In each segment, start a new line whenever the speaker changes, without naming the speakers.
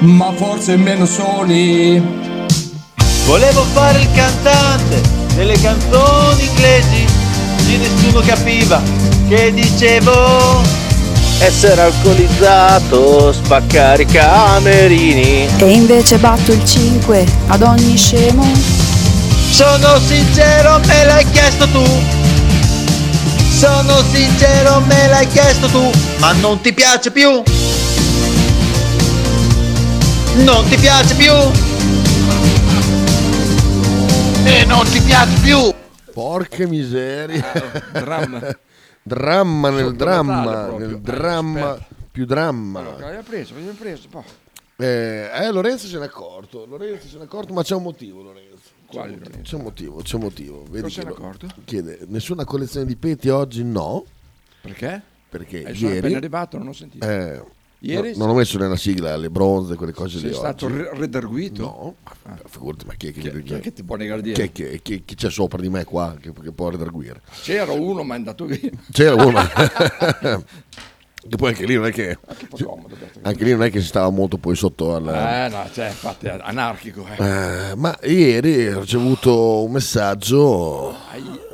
ma forse meno soli.
Volevo fare il cantante delle canzoni inglesi di nessuno capiva che dicevo essere alcolizzato, spaccare i camerini.
E invece batto il 5 ad ogni scemo.
Sono sincero, me l'hai chiesto tu. Sono sincero, me l'hai chiesto tu, ma non ti piace più. Non ti piace più. E non ti piace più.
Porca miseria.
Eh, Dramma.
Dramma nel
Sotto Natale
dramma,
proprio.
nel
Eh,
dramma,
aspetta.
più dramma.
L'abbiamo preso, l'abbiamo preso. boh. po'.
Eh, eh, Lorenzo se n'è accorto, Lorenzo se n'è accorto, ma c'è un motivo Lorenzo. C'è
Quale
un motivo,
Lorenzo?
C'è un motivo, c'è un motivo. Vedi
Non se
che
n'è
lo-
accorto?
Chiede, nessuna collezione di peti oggi no,
Perché? Eh,
perché
sono appena
ieri...
arrivato, non ho sentito.
eh,
Ieri
no, non ho messo nella sigla le bronze, quelle cose
sei
lì
stato
oggi.
re- redarguito.
No, ma figurati, ma chi è che,
Chi, chi è che ti può negare di
chi è che- chi- chi c'è sopra di me qua che, che può redarguire?
C'era uno, ma è andato via.
C'era uno. che poi anche lì non è che...
Che po'
eh.
comodo. detto che-
Anche lì non è che si stava molto poi sotto al...
Eh, no, cioè, infatti, è anarchico. Eh.
Eh, ma ieri ho ricevuto un messaggio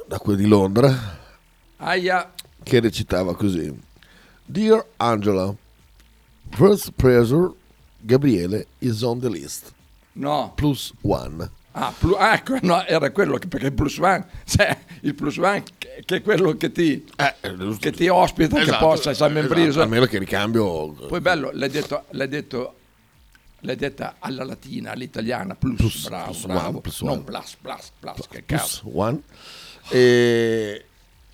da quelli di Londra
Aia,
che recitava così: Dear Angela, first pressure Gabriele is on the list,
no.
plus one.
Ah, plu- ah, ecco, no, era quello che, perché il plus one, cioè, il plus one che, che è quello che ti,
Eh,
che ti ospita,
Esatto,
che possa, San Membriso.
almeno che ricambio
Poi bello, l'hai detto, l'hai detto, l'hai detta alla latina, all'italiana, plus,
Plus,
bravo,
plus
bravo,
one, plus
non
one.
plus, plus, plus, che
plus
cazzo.
one. E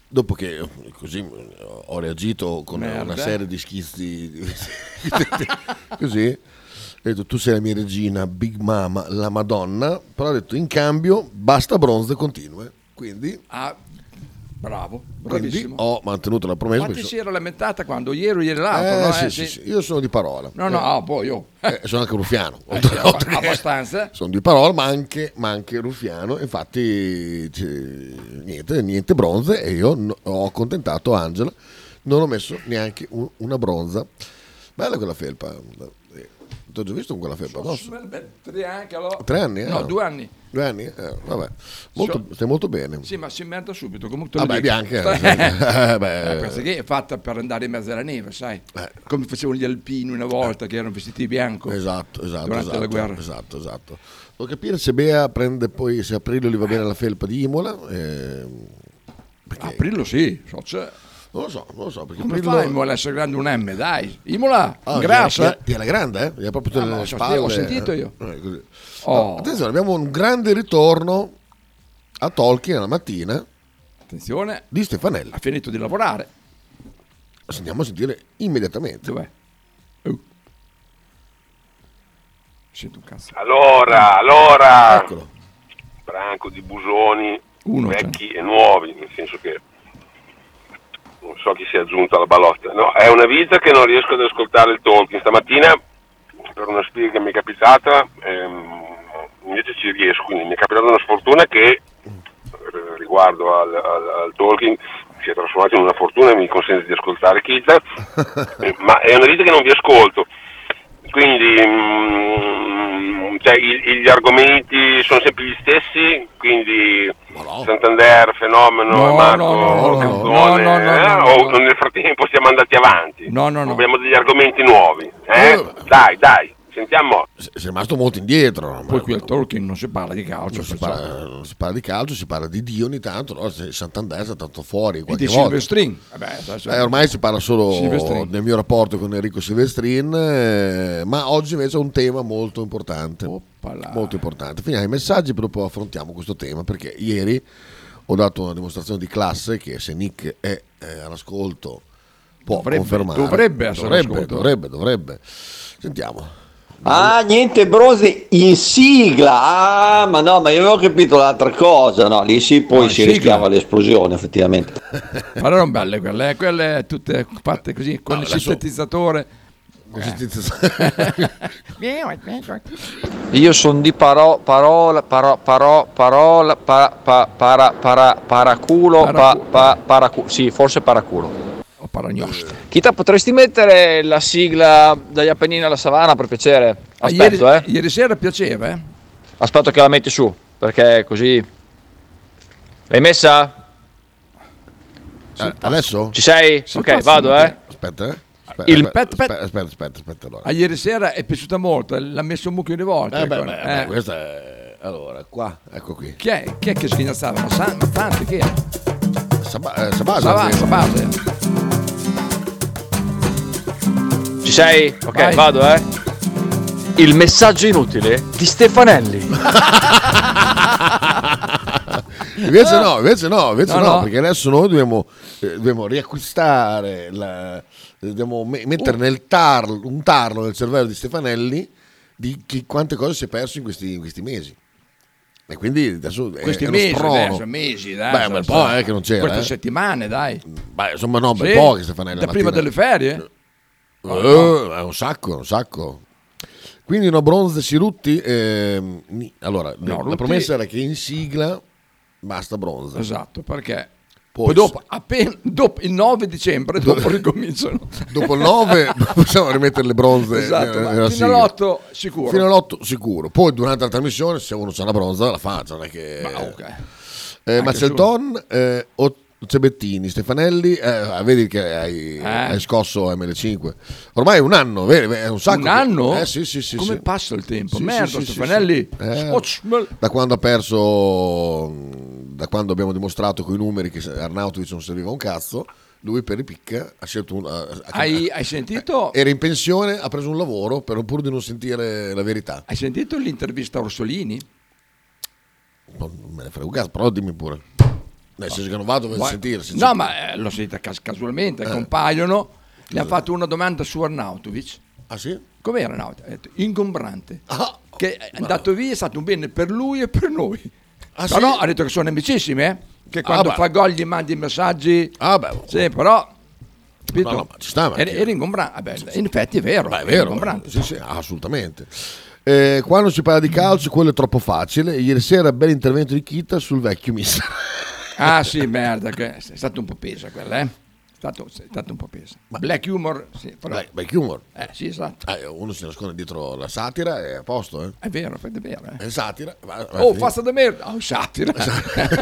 dopo che eh, così eh, ho reagito con
Merda.
una serie di schizzi così ho detto tu sei la mia regina, Big Mama, la Madonna, però ho detto in cambio basta bronze continue. Quindi,
Ah, bravo,
quindi
bravissimo.
ho mantenuto la promessa.
Quanti
perché
si
so-
era lamentata quando ieri o ieri l'altro,
Eh,
no?
sì,
Eh,
sì,
sì.
sì, io sono di parola.
No, no,
Eh,
ah, poi io.
eh, sono anche ruffiano.
Eh,
Oltre- oltre che-
abbastanza.
sono di parola, ma anche, ma anche Ruffiano. Infatti, c'è- niente, niente bronze. E io n- ho accontentato Angela, non ho messo neanche un- una bronza. Bella quella felpa. eh, Ti ho già visto con quella felpa addosso.
Beh, Tre anni, allora.
Tre anni? eh?
No, due anni.
Due anni? Eh, vabbè. Molto- stai molto bene.
Sì, ma si merda subito, comunque te lo
Vabbè,
dico.
bianca.
Sta-
Ah, eh,
Eh,
beh,
questa che è fatta per andare in mezzo alla neve, sai?
Eh.
Come facevano gli alpini una volta che erano vestiti bianco.
Esatto, esatto.
Durante la
esatto,
guerra.
Esatto, esatto. Devo capire se Bea prende poi, se Aprilio gli va bene la felpa di Imola. ehm, perché-
Aprillo sì, so, cioè,
non lo so, non lo so. Perché
come
Aprilio-
fai Imola a essere grande un M, dai? Imola,
Ah,
grassa.
gliela- gliela grande, eh? Gliela proprio tutte
Ah, ma
le
so-
spalle.
ho sentito io.
Eh, così.
Oh,
Attenzione, abbiamo un grande ritorno a Tolkien alla mattina
attenzione,
di Stefanella.
ha finito di lavorare.
Andiamo a sentire immediatamente.
Dov'è? Oh. Sento un cazzo.
Allora, allora,
Eccolo.
branco di busoni
Uno,
vecchi e nuovi, nel senso che non so chi si è aggiunto alla balotta. No, è una vita che non riesco ad ascoltare il Tolkien. Stamattina, per una sfiga che mi è capitata, ehm, invece ci riesco, quindi mi è capitata una sfortuna che eh, riguardo al, al, al Tolkien si è trasformata in una fortuna e mi consente di ascoltare Kita,
Ecco.
eh, ma è una vita che non vi ascolto. Quindi mm, cioè, i- gli argomenti sono sempre gli stessi, quindi
Ma no.
Santander, Fenomeno,
No,
Marco,
no, no, no,
Canzone,
no, no, no,
eh?
no,
o
no.
nel frattempo siamo andati avanti.
No, no, no.
Abbiamo degli argomenti nuovi. eh?
No.
Dai, dai, sentiamo.
Si si è rimasto molto indietro. ma-
Poi qui al Tolkien non si parla di calcio,
Non si,
perciò-
parla, non si parla di calcio, si parla di Dio ogni tanto, no? Se Santander è stato fuori
E
qualche
di
volta.
Silvestrin. Vabbè, adesso-
Eh, ormai si parla solo
Silvestrin.
del mio rapporto con Enrico Silvestrin, eh, ma oggi invece è un tema molto importante.
Oppala.
Molto importante. Finiamo i messaggi, però poi affrontiamo questo tema, perché ieri ho dato una dimostrazione di classe che se Nick è eh, all'ascolto può
Dovrebbe-
confermare.
dovrebbe essere
dovrebbe,
all'ascolto.
dovrebbe, dovrebbe. Sentiamo.
Ah, niente bronze in sigla. Ah, ma no, ma io avevo capito l'altra cosa. No, lì sì,
No,
poi
in
si
sigla.
rischiava l'esplosione, effettivamente.
Ma erano belle quelle, eh, quelle tutte fatte così con
No,
il
adesso-
sintetizzatore.
Eh.
Eh.
Io sono di paro, parola, paro, paro, parola, pa, pa, para, para, paraculo, pa,
Paracu-
pa, paracu- sì, forse paraculo. Eh.
O Paragnosta.
Chita, potresti mettere la sigla dagli Appennini alla Savana per piacere?
Ah,
Aspetto, eh.
ieri, ieri sera piaceva, eh?
Aspetto che la metti su, perché così... L'hai messa?
Eh, adesso?
Ci sei? ok,
pazzo,
vado,
ma
eh.
Aspetta, eh. Aspetta,
Il-
aspetta,
pet- pet-
aspetta, aspetta, aspetta, aspetta, allora.
Ah, ieri sera è piaciuta molto, eh, l'ha messo un mucchio di volte.
Eh, beh,
quella.
beh, beh,
Eh,
questa è... Allora, qua, ecco qui.
Chi, è, chi è che sghignazzava? Ma, sa- ma tanti chi era?
Saba- eh, Sabasa,
Savà,
sì.
Sabasa.
Ci sei? Ok,
Vai.
vado, eh. Il messaggio inutile di Stefanelli.
Invece no, invece no, invece
No,
no,
no.
perché adesso noi dobbiamo, eh, dobbiamo riacquistare, la- eh, dobbiamo me- mettere nel tarlo, un tarlo nel cervello di Stefanelli di chi- quante cose si è perso in questi, in questi mesi. E quindi adesso è-
Questi
è uno
mesi,
sprono.
adesso, mesi, dai.
Beh,
so-
un bel
so-
po', eh, che non c'era,
Queste
eh.
settimane, dai.
Beh, insomma no, un bel
Sì,
po' che Stefanelli
Da
la
prima
mattina-
delle ferie?
Eh, è un sacco, un sacco. Quindi una bronze Sirutti. ehm, ni- allora, la
Rutti-
promessa era che in sigla basta bronze.
Esatto, perché...
Poi
Poi, dopo, appena, dopo il 9 dicembre, dopo ricominciano.
Dopo il 9 possiamo rimettere le bronze
Esatto,
nella-
ma
nella
fino
sigla.
all'8 sicuro.
Fino all'8 sicuro. Poi durante la trasmissione, se uno c'ha la bronza, la fa. cioè Non è che...
Ah, ok.
Eh, Macelton, eh, O- Cebettini, Stefanelli, eh, vedi che hai, hai scosso ML5. Ormai è un anno, vedi, è un sacco.
Un
che-
anno?
Eh, sì, sì, sì.
Come
sì.
passa il tempo?
Sì,
Merda,
sì, sì,
Stefanelli.
sì, sì. Eh.
Scotch, mel-
Da quando ha perso, da quando abbiamo dimostrato con i numeri che Arnautovic non serviva un cazzo, lui per ripicca ha scelto un... ha- ha-
Hai, hai sentito?
Era in pensione, ha preso un lavoro per, pur di non sentire la verità.
Hai sentito l'intervista a Orsolini?
Non me ne frega un cazzo, però dimmi pure. Nel senso che non vado a
Guai-
sentire. se c'è-
No, ma eh, l'ho sentita cas- casualmente,
Eh.
compaiono, gli hanno fatto una domanda su Arnautovic.
Ah sì?
Com'era Arnautovic? Ha detto, ingombrante.
Ah,
Che è andato via è stato un bene per lui e per noi.
Ah,
però
sì? ah,
ha detto che sono amicissime, eh? che quando
beh.
fa gol gli mandi messaggi.
Ah, beh, oh,
Sì, però... Capito?
No, no, ma ci sta, ma
era,
che-
era ingombrante. Ah, beh, in effetti è vero.
beh, è
era
vero.
ingombrante.
Sì, sì, assolutamente. Eh, quando si parla di calcio, quello è troppo facile. Ieri sera, bel intervento di Kita sul vecchio mister.
Ah sì, merda, che è stato un po' pesa quella, eh? È stato, è stato un po' pesa. Black humor, sì, però...
Beh, vecchio humor.
Eh, sì, esatto.
Eh, uno si nasconde dietro la satira e è a posto, eh.
È vero, è vero. eh.
È satira. va- va-
Oh,
Ah, sì.
pasta da merda! Oh, satira!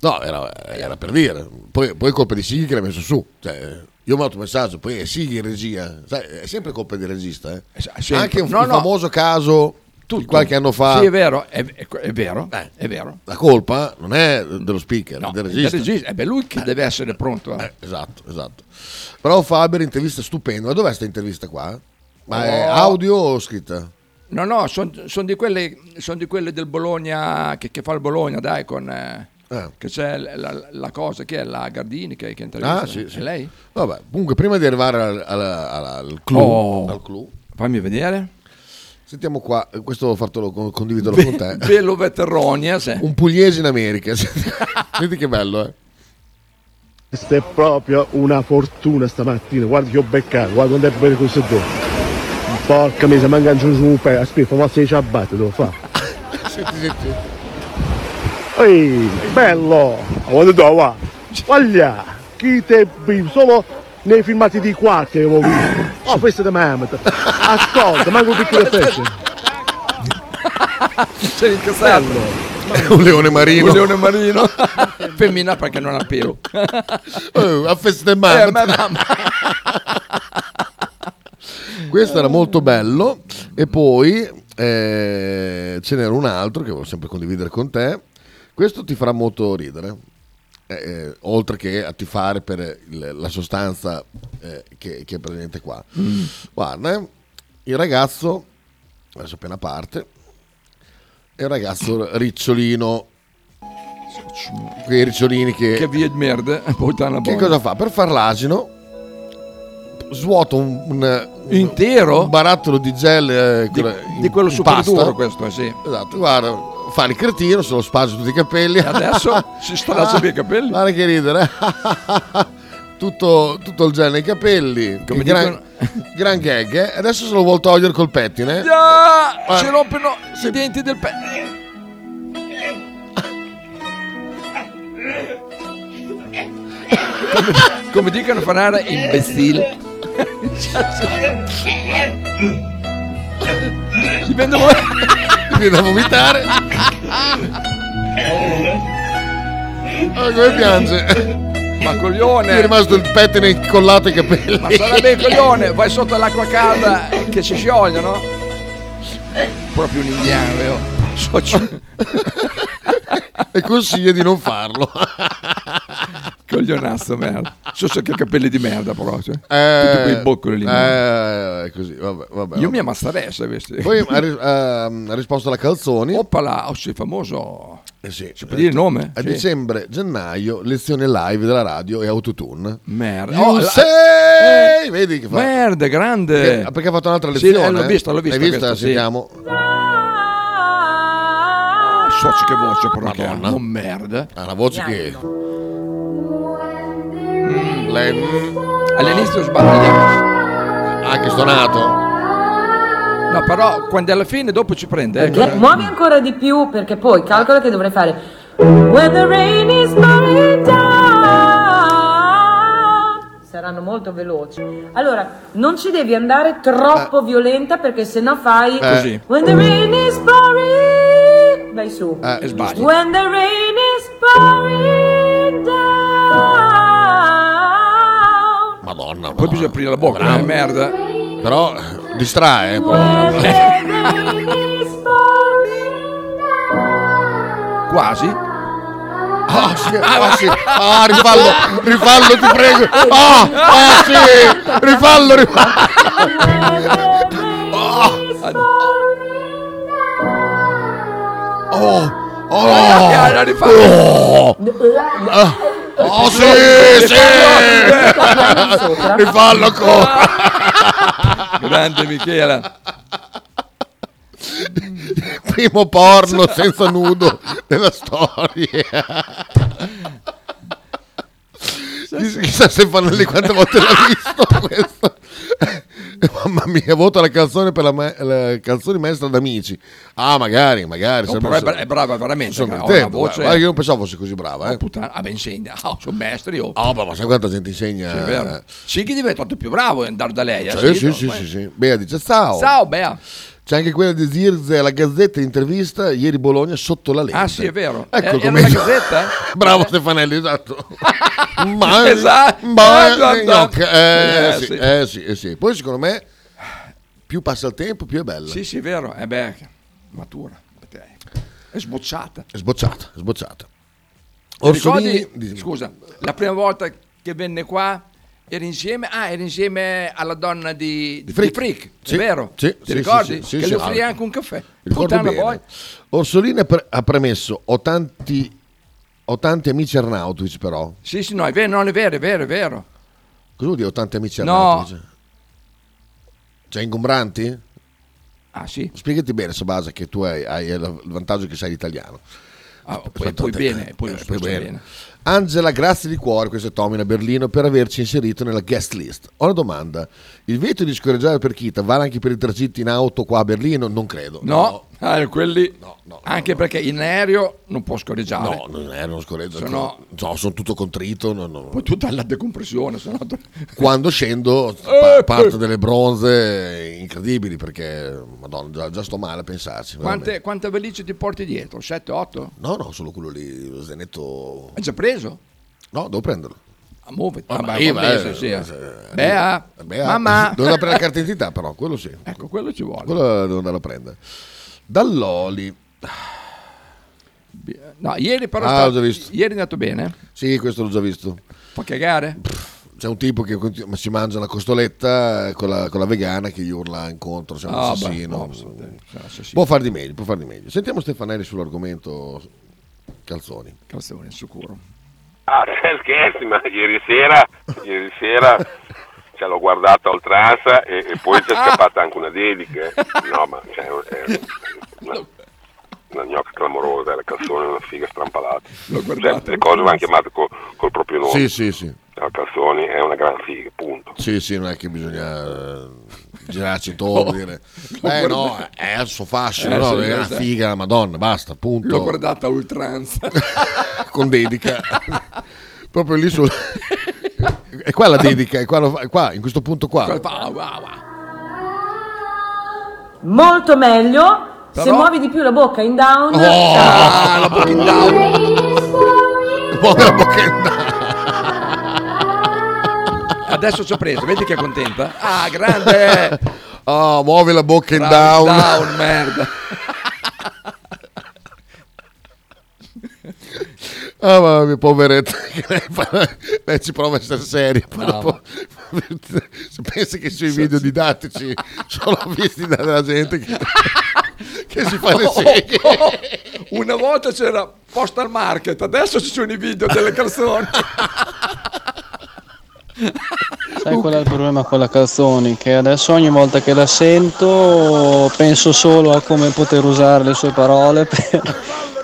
No, era, era per dire. Poi, poi è colpa di Sighi che l'ha messo su. Cioè, io ho un messaggio, poi è Sighi in regia. Sai, è sempre colpa del regista. eh.
Eh, sempre.
Anche un,
No,
un
no.
famoso caso di
Tutto.
qualche anno fa.
Sì, è vero, è, è- è vero,
Eh.
è vero.
la colpa non è dello speaker,
No,
è del
il
regista.
regista, eh, beh, lui che deve essere pronto. eh.
Eh, esatto, esatto. Però Faber, intervista stupenda. Ma dov'è questa intervista qua? Ma è audio o scritta?
No, no, sono di, quelle- son di quelle del Bologna, che, che fa il Bologna, dai, con... eh,
Eh.
Che c'è la, la- la cosa, che è la Gardini che, che intervista.
Ah, sì, sì.
È lei?
Vabbè, comunque prima di arrivare al, al, al- al clou,
Oh.
al clou,
Fammi vedere.
sentiamo qua, eh, questo ho fatto condividerlo con te.
Velo Veterronia, se-
un pugliese in America. Senti senti che bello, eh.
Questa è proprio una fortuna stamattina, guarda che ho beccato, guarda quanto è bello questo due. Porca miseria, manca giù su un pezzo, aspetta, ma se ci abbatte devo fare.
Senti, senti.
Ehi, bello! Guarda tu, va! Guaglia! Chi te vive? Solo nei filmati di qua che avevo visto. Oh, questo è di Mamet. Ascolta, manca un piccolo pezzo.
C'è l'incazzato.
un leone marino.
Un leone marino. Femmina perché non ha pelo.
Eh, a festa del mare.
Eh, ma- ma- ma-
Questo era molto bello. E poi eh, ce n'era un altro che volevo sempre condividere con te. Questo ti farà molto ridere. Eh, eh, oltre che a tifare per il- la sostanza eh, che, che è presente qua. Guarda, eh, il ragazzo, adesso appena parte, è il ragazzo ricciolino. Quei ricciolini
che via di merda. eh, Puttana
Che
buona.
cosa fa? Per far l'asino, svuoto un, un-
Intero?
un barattolo di gel eh,
Di,
quella-
di
in
quello super
pasta.
duro questo, eh, sì.
Esatto, guarda, fa il cretino, se lo spazio tutti i capelli.
E adesso si straccia via i capelli.
Guarda che ridere. tutto, tutto il gel nei capelli.
Come
Il gran,
dicono-
gran gag. eh. Adesso se lo vuol togliere col pettine.
Ah,
Guarda.
si rompono i denti del pe... come, come dicono a Fanara, imbecille. Mi prendo
viene a vomitare. Ah, come piange?
Ma
Mi è
coglione!
rimasto il pettine incollato ai capelli.
Ma sarebbe il coglione, vai sotto l'acqua calda che si sciogliono. Proprio un indiano, vero? Socio-
E consiglia di non farlo.
Coglionazzo, merda. Socio che capelli di merda, però. Cioè.
Eh,
Tutti quei boccoli lì.
Eh, così, vabbè, vabbè.
Io mi ammazzerei se avessi.
Poi ha, ri- ehm, ha risposto alla Calzoni.
Oppala, oh, sei famoso.
Eh sì, Eh,
Puoi dire il nome?
A
Sì.
dicembre, gennaio, lezione live della radio e autotune.
Merda.
You
Oh, la-
say- Eh, Vedi che fa?
Merda, grande.
Perché, perché ha fatto un'altra
Sì,
lezione?
eh, l'ho vista, l'ho vista
L'hai vista?
questa,
si
sì.
chiama?
Socio che voce però che ha.
Madonna.
Non merda.
Ha una voce che... Lei... mm,
All'inizio sbaglia.
Ah, che stonato.
No, però quando è alla fine dopo ci prende. Ecco.
Muovi ancora di più perché poi calcola che dovrei fare When the rain is falling down Saranno molto veloci Allora, non ci devi andare troppo violenta perché sennò fai
Eh.
Così.
When the rain is pouring Vai su
Eh,
E sbaglia.
When the rain is pouring down
Madonna.
Poi
madonna.
bisogna aprire la bocca.
Bravo.
eh, merda.
Però eh, distrae. eh, poi.
When the rain is pouring
Quasi.
Ah, sì, ah, sì. Ah, rifallo, rifallo, ti prego. Ah, ah, sì. Rifallo, rifallo. Oh, oh.
Ah, la rifà.
Oh sì, sì! Rifallo ancora!
Grande Michela.
Primo porno senza nudo della storia. Chis- Chissà se Fanelli quante volte l'ha visto questo. Mamma mia, voto la canzone per la, ma- la canzone maestra d'amici. Ah, magari, magari.
Oh,
se
però
no
è,
se-
bra- è brava veramente.
sono
ha una
contento.
voce.
guarda, io non pensavo fosse così brava, eh.
Puttana, ah, beh, insegna. Ah, sono maestri. Oh.
Ah, ma sai quanta gente insegna? Eh,
Sì, è vero. Sì, che è diventato più bravo è andare da lei. eh,
Cioè, sì,
no?
sì,
Ma-
sì, sì. Bea dice ciao.
Ciao, Bea.
C'è anche quella di Zirze alla Gazzetta intervista ieri Bologna sotto la lente.
Ah, sì, è vero. Eh,
Ecco
era
come
la Gazzetta?
Bravo Stefanelli, esatto. ma
Esatto.
ma-
Esatto.
no, che- eh,
Eh,
sì,
sì.
eh, sì, eh, sì. Poi secondo me più passa il tempo più è bella.
Sì, sì, è vero. Eh beh, matura. Perché È sbocciata.
È sbocciata, è sbocciata.
Ricordi,
dimmi.
scusa, la prima volta che venne qua eri insieme, ah, eri insieme alla donna di, di
Frick.
Frick,
Sì,
è vero?
sì,
Ti
sì,
ricordi?
sì, sì,
che
sì,
le
sì,
offrì
ah,
anche un caffè.
Ricordo
Puttana
bene.
poi.
Orsolini pre- ha premesso ho tanti ho tanti amici Arnautovic però.
Sì, sì, no, Ah, è vero, non è vero, è vero, è vero.
Cosa vuol dire ho tanti amici
No.
Arnautovic? Cioè ingombranti?
Ah, sì.
Spiegati bene, Sabasa, che tu hai, hai il vantaggio che sai l'italiano.
Ah, poi, poi bene, poi lo
Eh,
so bene. bene.
Angela, grazie di cuore, questo è Tommy da Berlino, per averci inserito nella guest list. Ho una domanda. Il veto di scorreggiare per Kita vale anche per i tragitti in auto qua a Berlino? Non credo.
No, ah, quelli,
No, no,
anche perché in aereo non può scorreggiare.
No, eh, non è uno scorreggio.
Se
No,
no-
sono tutto contrito. no, no.
Poi tutta la decompressione, se no...
Quando
Eh,
scendo pa- parto delle bronze incredibili perché, madonna, già, già sto male a pensarci.
Quante,
veramente.
quante valigie ti porti dietro? 7, 8?
No, no, solo quello lì, lo zainetto...
Hai già preso?
No, devo prenderlo.
A muovere. Ah,
ma
beh,
io,
va bene,
eh,
sì, sì.
eh,
Bea,
Beh,
mamma.
Devo aprire la carta d'identità, però, quello sì.
Ecco, quello ci vuole.
Quello devo andare a prendere. Dall'Oli.
No, ieri però...
Ah,
sta-
l'ho già visto.
Ieri è andato bene.
Sì, questo l'ho già visto.
Fa cagare.
C'è un tipo che continu- ma si mangia una costoletta eh, con la, con la vegana che gli urla incontro, sei un
Ah, beh,
assassino.
no, sì, assassino.
può far di meglio, può far di meglio. Sentiamo Stefanelli sull'argomento calzoni.
Calzone, sicuro.
Ah, scherzi, ma ieri sera, ieri sera ce l'ho guardata a oltranza e, e poi c'è scappata anche una dedica. eh. No, ma cioè, è una, una gnocca clamorosa, la calzone è una figa strampalata. Cioè, le cose vanno chiamate col, col proprio nome.
Sì, Eh, sì, sì.
La calzone è una gran figa, punto.
Sì, sì, non è che bisogna eh, girarci intorno e dire eh no, è il suo fascino,
Oh. Eh,
no,
sì,
è una
questa-
figa, la madonna, basta, punto.
L'ho guardata a oltranza.
con dedica proprio lì sul E qua la dedica, è qua, lo fa- è qua, in questo punto qua.
Molto meglio. Se
Però-
muovi di più la bocca in down,
Ah, la bocca in
Muove la bocca Adesso ci ho preso, vedi che è contenta? Ah, grande!
Ah, muovi la bocca in
Bravo,
down.
down, merda.
Ah, mamma mia, poveretta. che Lei, fa- lei ci prova a essere seria. poi
No,
dopo- se pensi che sui video didattici sono visti da- dalla gente che, che si fa le
Oh,
seghe. oh.
Una volta c'era Postal Market, adesso ci sono i video delle canzoni.
Sai qual è il problema con la canzone? Che adesso ogni volta che la sento penso solo a come poter usare le sue parole per,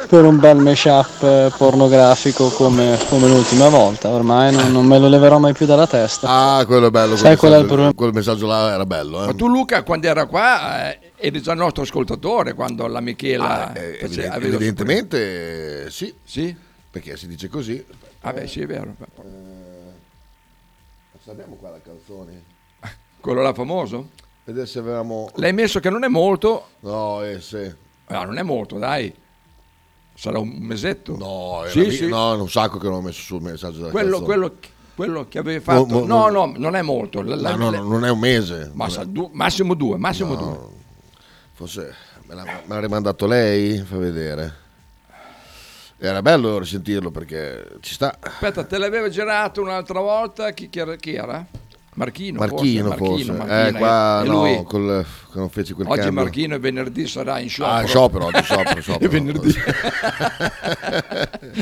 per un bel mashup eh, pornografico come, come l'ultima volta. Ormai non, non me lo leverò mai più dalla testa.
Ah, quello è bello.
Sai qual è il
messaggio-
problema?
Quel messaggio là era bello. eh.
Ma tu Luca, quando era qua, eh, eri già nostro ascoltatore, quando la Michela...
Ah, eh,
face-
evident-
aveva-
evidentemente eh, sì.
Sì?
Perché si dice così.
Ah, beh, sì, è vero.
Abbiamo qua la canzone.
Quello là famoso?
Vedere se avevamo...
L'hai messo che non è molto?
No, eh sì.
Ah, non è molto, dai. Sarà un mesetto.
No, era
sì,
lì-
sì.
no, non sacco che non ho messo sul messaggio della
quello,
canzone.
quello, quello che avevi fatto.
Mo- mo-
no, no, non è molto. La- la-
Ma no,
la-
no, non è un mese.
ma
Non è-
sa- du- massimo due, massimo
No.
due.
Forse me l'ha, me l'ha rimandato lei, fa vedere. Era bello risentirlo perché ci sta.
Aspetta, te l'aveva girato un'altra volta. Chi, chi era, chi era? Marchino.
Marchino forse.
Marchino,
eh,
Marchino,
qua
e- e
no,
lui.
col- che non feci quel
Oggi
cambio.
Marchino e venerdì sarà in sciopero.
Ah, in sciopero, oggi in sciopero, sciopero.
e venerdì.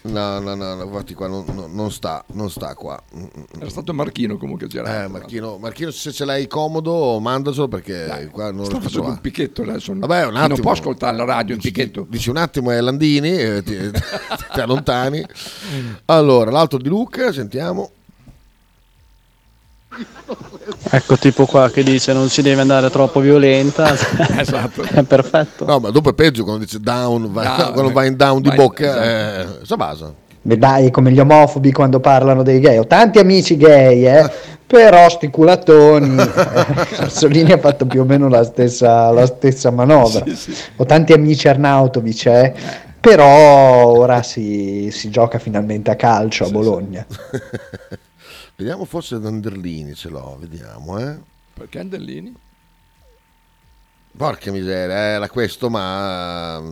No, no, no, no, infatti qua non, non- non sta, non sta qua. Mm, mm, mm.
Era stato Marchino comunque a girare.
Eh, Marchino, Marchino, se ce l'hai comodo, mandacelo perché qua non
Sta
lo
facendo
faccio
un picchetto adesso.
Vabbè, un attimo.
Non può ascoltare la radio in picchetto.
Dici un attimo è Landini, eh, ti, ti ti allontani. Allora, l'altro di Luca, sentiamo.
Ecco, tipo qua che dice non si deve andare troppo violenta.
esatto.
È perfetto.
No, ma dopo è peggio quando dice down, va-
Down,
quando
eh.
va in down di
Vai,
bocca,
esatto.
eh, Sabasa.
Beh dai, come gli omofobi quando parlano dei gay. Ho tanti amici gay, eh, però sti culatoni. Mussolini ha fatto più o meno la stessa, la stessa manovra. Ho tanti amici Arnautovic, eh, però ora si, si gioca finalmente a calcio a Bologna.
Vediamo forse Danderlini ce l'ho, vediamo, eh.
Perché Andellini?
Porca miseria, eh, era questo, ma mm,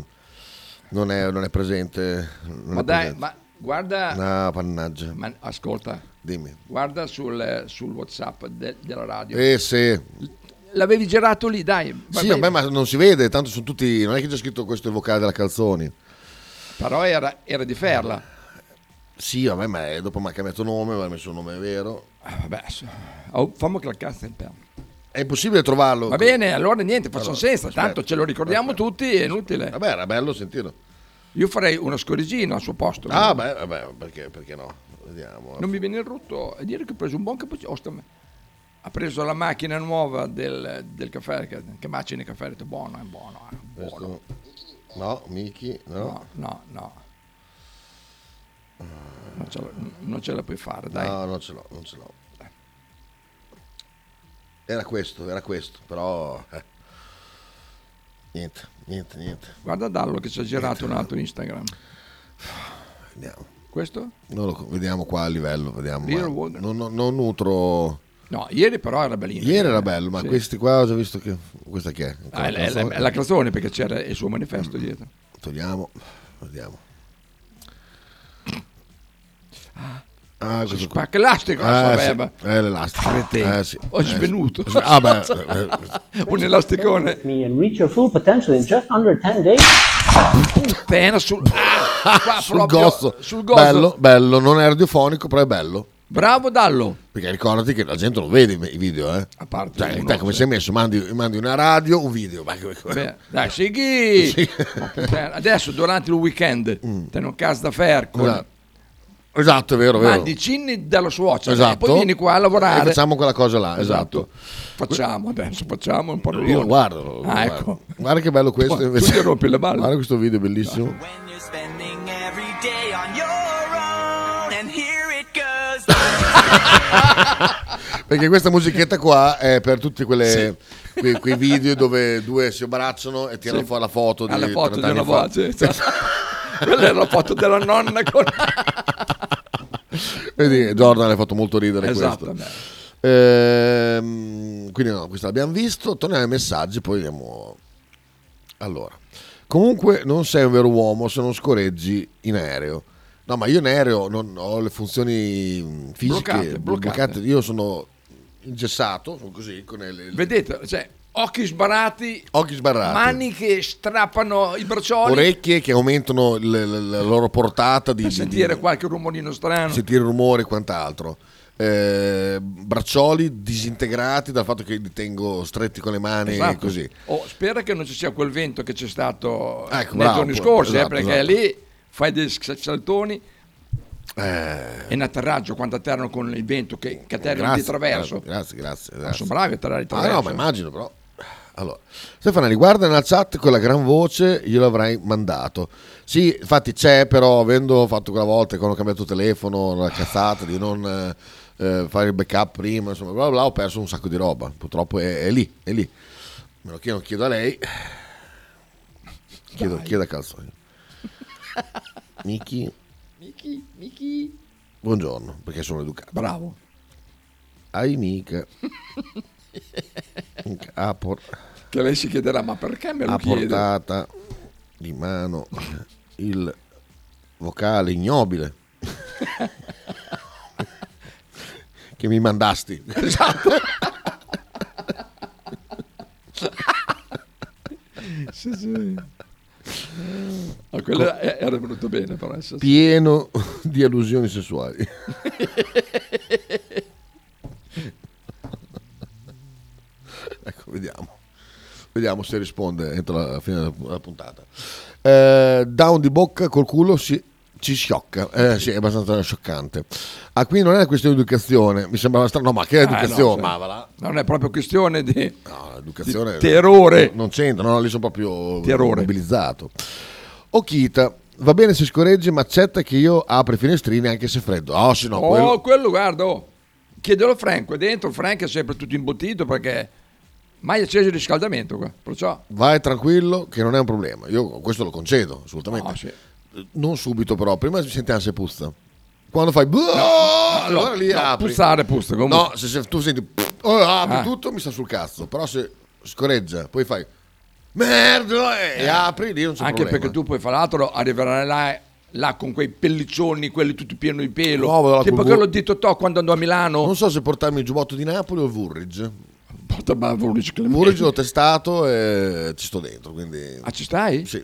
non è, non è presente. non
Ma
è
dai,
presente.
ma guarda.
Ah, pannaggia.
Ma ascolta,
Dimmi.
guarda sul, sul WhatsApp de- della radio.
Eh sì.
L'avevi girato lì, dai. va
Sì,
bene.
vabbè, ma non si vede, tanto sono tutti. Non è che c'è scritto questo è il vocale della Calzoni.
Però era, era di Ferla.
Sì, vabbè, ma è- dopo mi ha cambiato nome, mi ha messo un nome vero.
Ah, vabbè, so- oh, fammi che la cazzo in perla.
È impossibile trovarlo.
Va bene, allora niente, facciamo
Allora,
senza.
aspetta,
Tanto ce lo ricordiamo tutti, è inutile.
Vabbè, era bello sentirlo.
Io farei uno scorigino al suo posto.
Ah, beh, vabbè, perché, perché no? Vediamo.
Non mi viene il rutto a dire che ho preso un buon cappuccino. Oh, sta me- Ha preso la macchina nuova del, del caffè, che, che macina il caffè, ha detto, buono, è buono. eh,
Questo-
buono.
No, Miki, no.
No, no, no. Non ce, la, non ce la puoi fare, dai.
No, non ce l'ho, non ce l'ho. Era questo, era questo, però... eh. Niente, niente, niente.
Guarda Dallo che ci ha girato un altro Instagram.
Vediamo.
Questo?
Non lo co- vediamo qua a livello, vediamo.
Beer
ma
water.
Non, non- non nutro...
No, ieri però era bellino.
Ieri era bello, ma
Sì.
questi qua ho già visto che... Questa chi è?
Ah, è, la- è la- è la canzone perché c'era il suo
Mm.
manifesto dietro.
Togliamo, vediamo. Ah, questo qua.
Spacca elastico, la
eh,
sua
sì,
beba.
eh, l'elastico.
Arrete.
Eh, sì.
Ho svenuto.
Eh, sì. Ah, beh, eh,
un elasticone.
me and reach your full potential in just under 10 days.
Pena sul, ah, qua
sul
proprio-
gozzo.
sul gozzo.
Bello, bello, non è radiofonico, però è bello.
Bravo Dallo.
Perché ricordati che la gente non vede i i video, eh.
A parte
Cioè,
uno,
te come
sì.
sei messo? Mandi, mandi una radio, un video. Ma come- come-
Beh, dai, Sighi. Ma puttana, Adesso durante il weekend te non casa da ferco.
Esatto, Esatto, è Mm. vero, è vero.
Mandi cinni dalla suocera e
Esatto.
poi vieni qua a lavorare.
E facciamo quella cosa là, esatto.
Facciamo adesso, facciamo un po' di
Io guardo.
Ah,
guardo.
ecco.
Guarda che bello questo.
Tu- tu
invece.
gli rompi le balle.
Guarda questo video, bellissimo.
Spending every day on your own, and here it goes.
Perché questa musichetta qua è per tutti quelle- quei, quei video dove due si abbracciano e tirano
Sì.
fuori la foto di
Ah, la foto
30
di
anni
una
fa.
voce, cioè. Quella era la foto della nonna con...
Vedi, Jordan ha fatto molto ridere
Esatto,
questo.
beh.
Ehm, quindi no, questo l'abbiamo visto. Torniamo ai messaggi, poi andiamo... Allora. Comunque non sei un vero uomo se non scorreggi in aereo. No, ma io in aereo non ho le funzioni mm,
Bloccate,
fisiche
bloccate.
Io sono ingessato, sono così, con le- le-
Vedete, cioè, occhi sbarrati,
occhi sbarrati.
mani che strappano i braccioli,
orecchie che aumentano il- il- la loro portata di,
per
di-
sentire qualche rumorino strano.
di sentire rumore e quant'altro. Eh, braccioli disintegrati dal fatto che li tengo stretti con le mani
Esatto.
così.
Oh, spera che non ci sia quel vento che c'è stato nei
bravo,
giorni
può-
scorsi, eh,
esatto,
perché
esatto.
lì fai dei s- saltoni
Eh.
e in atterraggio quando atterrano con il vento che, che atterrano
Grazie,
di traverso.
Grazie, grazie.
Ma sono bravi a atterrare di
Ah,
traverso.
no, ma immagino però. Allora, Stefano, riguarda nella chat con la gran voce, io l'avrei mandato. Sì, infatti c'è, però avendo fatto quella volta quando ho cambiato telefono, la cazzata di non eh, fare il backup prima, insomma, bla bla, bla, ho perso un sacco di roba. Purtroppo è, è lì, è lì. Me lo chiedo, chiedo a lei. Chiedo, chiedo a Calzoni. Miki,
Miki, Miki.
buongiorno, perché sono educato.
Bravo.
Ai mica. Ah, por-
Che lei si chiederà, ma perché me lo
a
chiede?
portata di mano il vocale ignobile che mi mandasti.
Esatto. Sì, sì. Ah, quella è- era venuto bene però. adesso-
Pieno di allusioni sessuali. Ecco, vediamo. Vediamo se risponde entro la fine della della puntata. Eh, down di bocca col culo si, ci sciocca. Eh, sì, è abbastanza scioccante. Ah, qui non è una questione di educazione. Mi sembrava strano. No, ma che
Ah,
educazione?
no,
ma
cioè,
va là.
Non è proprio questione di,
Educazione-
di terrore.
Non c'entra, Eh, no, lì sono proprio
Terrore.
mobilizzato. Okita, va bene se scorreggi, ma accetta che io apro i finestrini anche se è freddo. Ah, sì, no,
oh, quello,
quello-
guarda, oh. chiedelo a Franco, è dentro, Franco è sempre tutto imbottito perché mai acceso il riscaldamento qua, perciò
vai tranquillo che non è un problema. Io questo lo concedo, assolutamente.
No, Ah, sì.
Non subito però, prima sentiamo se puzza. Quando fai... allora lì
no,
apri.
puzzare puzza, comunque.
No, se, se tu senti... "Oh, apri
Ah.
tutto, mi sta sul cazzo. Però se scorreggia, poi fai... Merda! E apri, lì non c'è
Eh, anche
problema.
perché tu poi fra l'altro arriverai là, là con quei pelliccioni, quelli tutti pieni di pelo,
No, vado là
tipo
col
quello
bu-
di Totò quando andò a Milano.
Non so se portarmi il giubbotto di Napoli o il Vurridge.
Porta ma Vurridge
Vurridge l'ho testato e ci sto dentro, quindi...
Ah, ci stai?
Sì.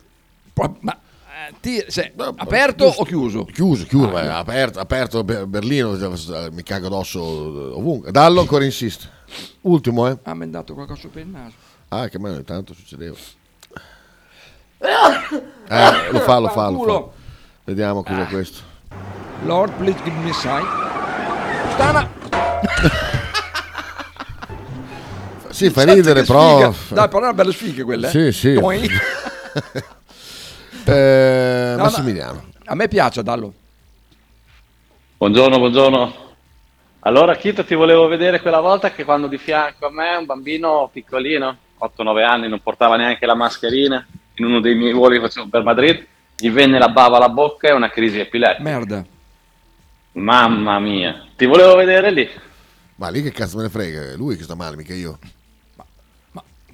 Pro- Ma eh, ti- se- aperto o chiuso?
Chiuso, chiuso, beh, aperto, aperto Ber- Berlino, eh, mi cago addosso eh, ovunque. Dallo ancora insiste. Ultimo, eh.
Ah, mi è dato qualcosa per il naso.
Ah, che a me ogni tanto succedeva. Eh, lo fa, lo fa, lo fa.
Fanculo.
Vediamo
Ah.
cos'è questo.
Lord, please give me a sign. Stana!
Sì, fa
Certo
ridere,
che
però...
sfiga. Dai, però erano belle sfighe quelle. eh.
Sì, sì.
Poi-
Eh,
No, ma-
Massimiliano.
A me piace Dallo.
Buongiorno, buongiorno. Allora, Chito, ti volevo vedere quella volta che quando di fianco a me un bambino piccolino, 8-9 anni, non portava neanche la mascherina, in uno dei miei voli che facevo per Madrid, gli venne la bava alla bocca e una crisi epilettica.
Merda.
Mamma mia, ti volevo vedere lì.
Ma lì che cazzo me ne frega? È lui che sta male, mica io.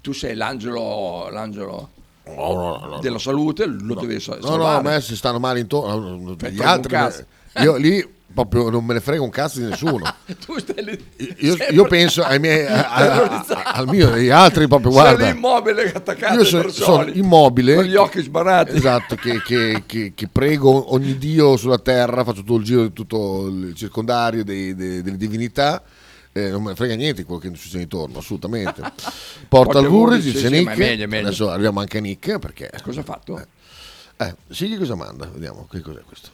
Tu sei l'angelo, l'angelo
No, no, no, no.
della salute, lo devi sa-
No, no, a
salvare.
me se stanno male intorno. Gli
trovi un
altri. me-
cazzo.
Io lì proprio non me ne frega un cazzo di nessuno.
Tu stai lì. Cioè,
Io,
sempre-
io penso ai miei, a- a- a- al mio, agli altri proprio,
Sei
guarda.
l'immobile che attaccato
Io
ai
so- sono,
braccioli.
immobile.
Con gli occhi sbarrati.
Esatto, che, che- che- che prego ogni dio sulla terra, faccio tutto il giro di tutto il circondario dei- dei- delle divinità. eh, non me ne frega niente quello che succede intorno, assolutamente. Porta
Porta
al
il
Vurri,
Vurri, sì,
dice
sì, ma
Nick.
è meglio, è meglio.
Adesso arriviamo anche a Nick perché...
Cosa ha fatto?
Eh, sì, che cosa manda? Vediamo, che cos'è questo?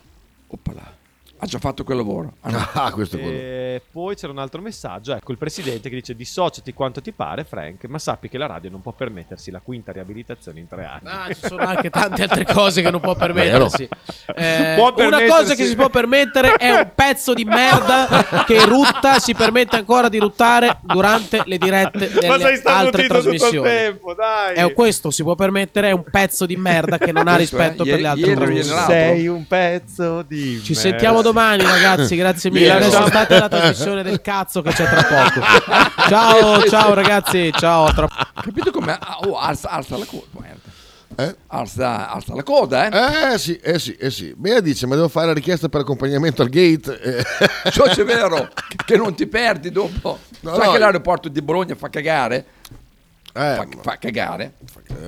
Oppala. ha già fatto quel lavoro. Ah, no.
E poi c'era un altro messaggio, ecco il presidente che dice dissociati quanto ti pare Frank, ma sappi che la radio non può permettersi la quinta riabilitazione in tre anni.
Ah, ci sono anche tante altre cose che non può permettersi. Eh,
Può
una
permettersi-
cosa che si può permettere è un pezzo di merda che rutta, si permette ancora di ruttare durante le dirette
Ma sei
delle
stato
altre
zitto tutto il
trasmissioni.
tempo, dai.
È questo si può permettere, è un pezzo di merda che non ha
Questo,
rispetto
eh,
per le altre
ieri- ieri
trasmissioni.
l'altro. Sei un pezzo di
Ci sentiamo domani, ragazzi. Grazie
Vi
mille. Adesso
lasciamo-
state alla trasmissione del cazzo che c'è tra poco. Ciao, ciao, ragazzi. Ciao, tra
Capito come oh, alza, alza la coda. guarda.
Eh?
Alza, alza la coda, eh?
Eh sì, eh sì, eh sì. Bea dice, ma devo fare la richiesta per accompagnamento al gate. Eh.
Ciò Cioè, c'è vero, che- che non ti perdi dopo.
No,
Sai
no. Eh,
che l'aeroporto di Bologna fa cagare?
fa,
fa cagare,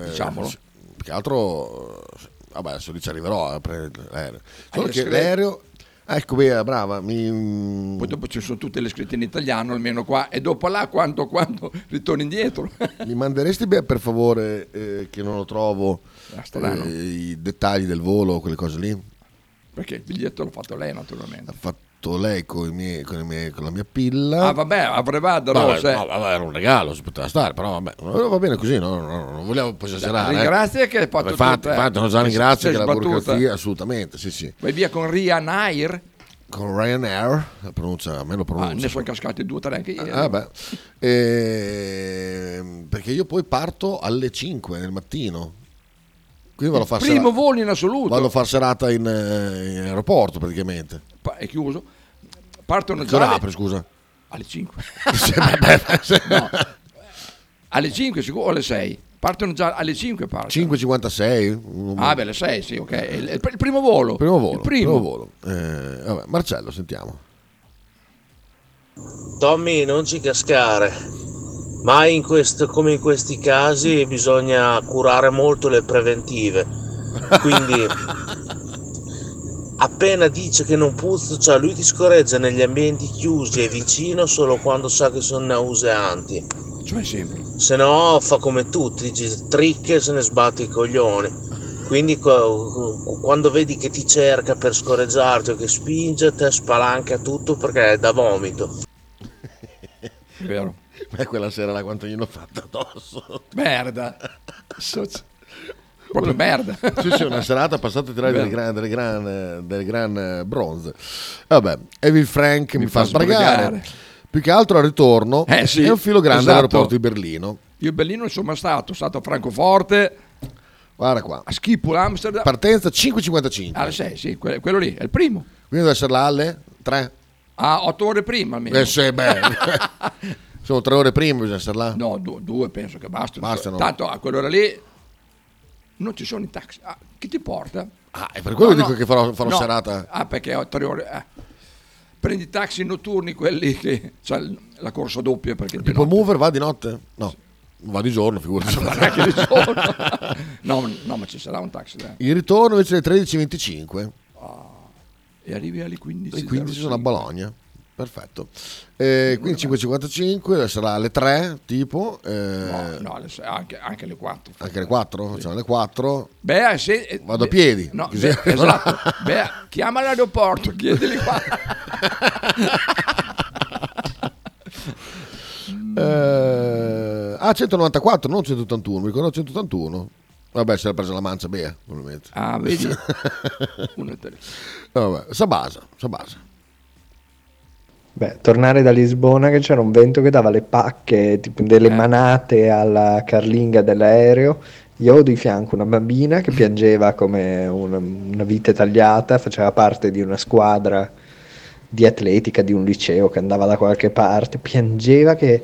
diciamolo.
Eh, sì, Più che altro, eh, vabbè, adesso lì ci arriverò a prendere l'aereo. Solo
le
che
scritte.
l'aereo... ah, Ecco, Bea, brava. Mi...
Poi dopo ci sono tutte le scritte in italiano, almeno qua, e dopo là quando, quando ritorni indietro.
Mi manderesti beh, per favore, eh, che non lo trovo,
Ah, strano.
eh, i dettagli del volo, quelle cose lì? Ho
Perché il biglietto l'ha fatto lei, naturalmente.
fatto lei con, i miei- con, i miei- con la mia pilla.
Ah, vabbè, avreva da eh.
Vabbè,
Rose.
no, vabbè, era un regalo, si poteva stare, però vabbè, no, va bene così, no, no, no, non volevo esagerare. eh.
Ringrazia che hai fatto
Vabbè, infatti,
tutto, eh.
infatti, no, già ringrazio
Sei
che la
sbattuta.
burocrazia, assolutamente, sì, sì.
Vai via con Rian Air.
Con Ryanair, la pronuncia, me lo
Ah,
pronuncia.
ne sono cascati due o tre anche ieri.
Ah, beh. Ehm, perché io poi parto alle 5 del mattino. Quindi vado a far
Primo
serata-
volo in assoluto.
vado a far serata in, eh, in aeroporto praticamente.
Pa- è chiuso. Partono
Che ora
già
apre,
alle,
scusa?
alle 5.
Sì, beh,
No, alle 5 sicuro o alle 6? Partono già alle 5 partono.
5.56? un-
Ah, beh, alle 6, sì, ok. Il, il pr- il primo volo.
Primo volo.
Il primo.
primo volo. Eh, vabbè, Marcello, sentiamo.
Tommy, non ci cascare, ma in questo- come in questi casi bisogna curare molto le preventive. Quindi, appena dice che non puzza, lui ti scorreggia negli ambienti chiusi e vicino solo quando sa che sono nauseanti.
Cioè sempre.
Se no, fa come tutti, dice tricche e se ne sbatte i coglioni. Quindi co- quando vedi che ti cerca per scorreggiarti o che spinge, te spalanca tutto perché è da vomito.
Vero.
Beh, quella sera là quanto gliel'ho fatta addosso.
Merda. So- Proprio merda.
Sì, sì, una serata passata a tirare delle gran, delle, gran, delle gran eh, bronze. Vabbè, Evil Frank mi, fa,
fa
sbragare.
sbrigare.
Più che altro al ritorno
Eh, sì,
è un filo grande
esatto.
all'aeroporto di Berlino.
Io a Berlino non sono mai stato, sono stato a Francoforte.
Guarda qua.
A Schiphol, Amsterdam.
Partenza 5.55.
alle 6, sì, que- quello lì, è il primo.
Quindi deve essere là alle 3.
Ah, 8 ore prima almeno.
Eh sì, beh. Sono tre ore prima, bisogna essere là.
No, due, due penso che bastano.
Ah. Bastano.
Tanto a quell'ora lì non ci sono i taxi. Ah, chi ti porta?
Ah, è per quello dico che farò- farò serata.
Ah, perché ho tre ore. eh. Prendi i taxi notturni, quelli che c'ha il- la corsa doppia perché di
Tipo Mover va di notte? No, va di giorno, figurati.
notte di giorno. no, no, ma ci sarà un taxi. dai. Ah,
Il ritorno invece alle 13.25.
E arrivi alle 15.
E 15 sono a Bologna. Perfetto. Eh, quindi 5.55 sarà alle 3, tipo. eh,
No, no, alle sei- cioè, anche, anche alle 4.
Anche alle 4? Cioè alle 4.
Bea, se, eh,
Vado a
Be-
piedi.
No,
Così-
Be- esatto. Bea, chiama l'aeroporto, chiedili qua.
Eh, ah, 194, non 181, mi ricordo 181. Vabbè, si era presa la mancia Bea, probabilmente.
Ah, vedi? Uno e tre.
Vabbè, Sabasa, Sabasa.
Beh, tornare da Lisbona che c'era un vento che dava le pacche, tipo delle manate alla carlinga dell'aereo. Io ho di fianco una bambina che piangeva come una, una vite tagliata, faceva parte di una squadra di atletica di un liceo che andava da qualche parte, piangeva che,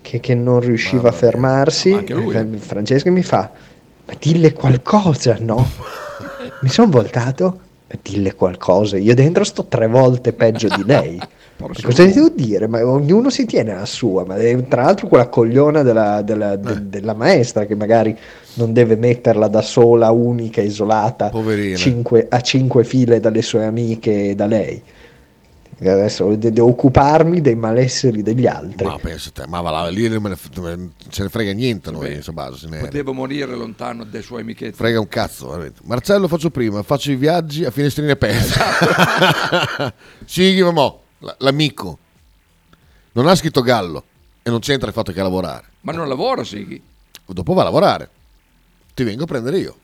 che- che non riusciva a fermarsi. Eh, Francesco mi fa, ma dille qualcosa, no? mi sono voltato, ma dille qualcosa, io dentro sto tre volte peggio di lei. Ma Cosa gli devo dire? Ma ognuno si tiene alla sua, ma eh, tra l'altro quella cogliona della, della- de- della maestra che magari non deve metterla da sola, unica, isolata, cinque- a cinque file dalle sue amiche e da lei. Perché Adesso de- devo occuparmi dei malesseri degli altri.
Ma pensa te, ma va là, lì non me ne f- non ce ne frega niente a noi, insomma, se ne
Potevo morire lontano dai suoi amichetti.
frega un cazzo, veramente. Marcello faccio prima, faccio i viaggi a finestrine aperte. Sì, mamma, l- l'amico. Non ha scritto Gallo e non c'entra il fatto che a lavorare.
Ma non lavora Sighi,
Dopo va a lavorare. Ti vengo a prendere io.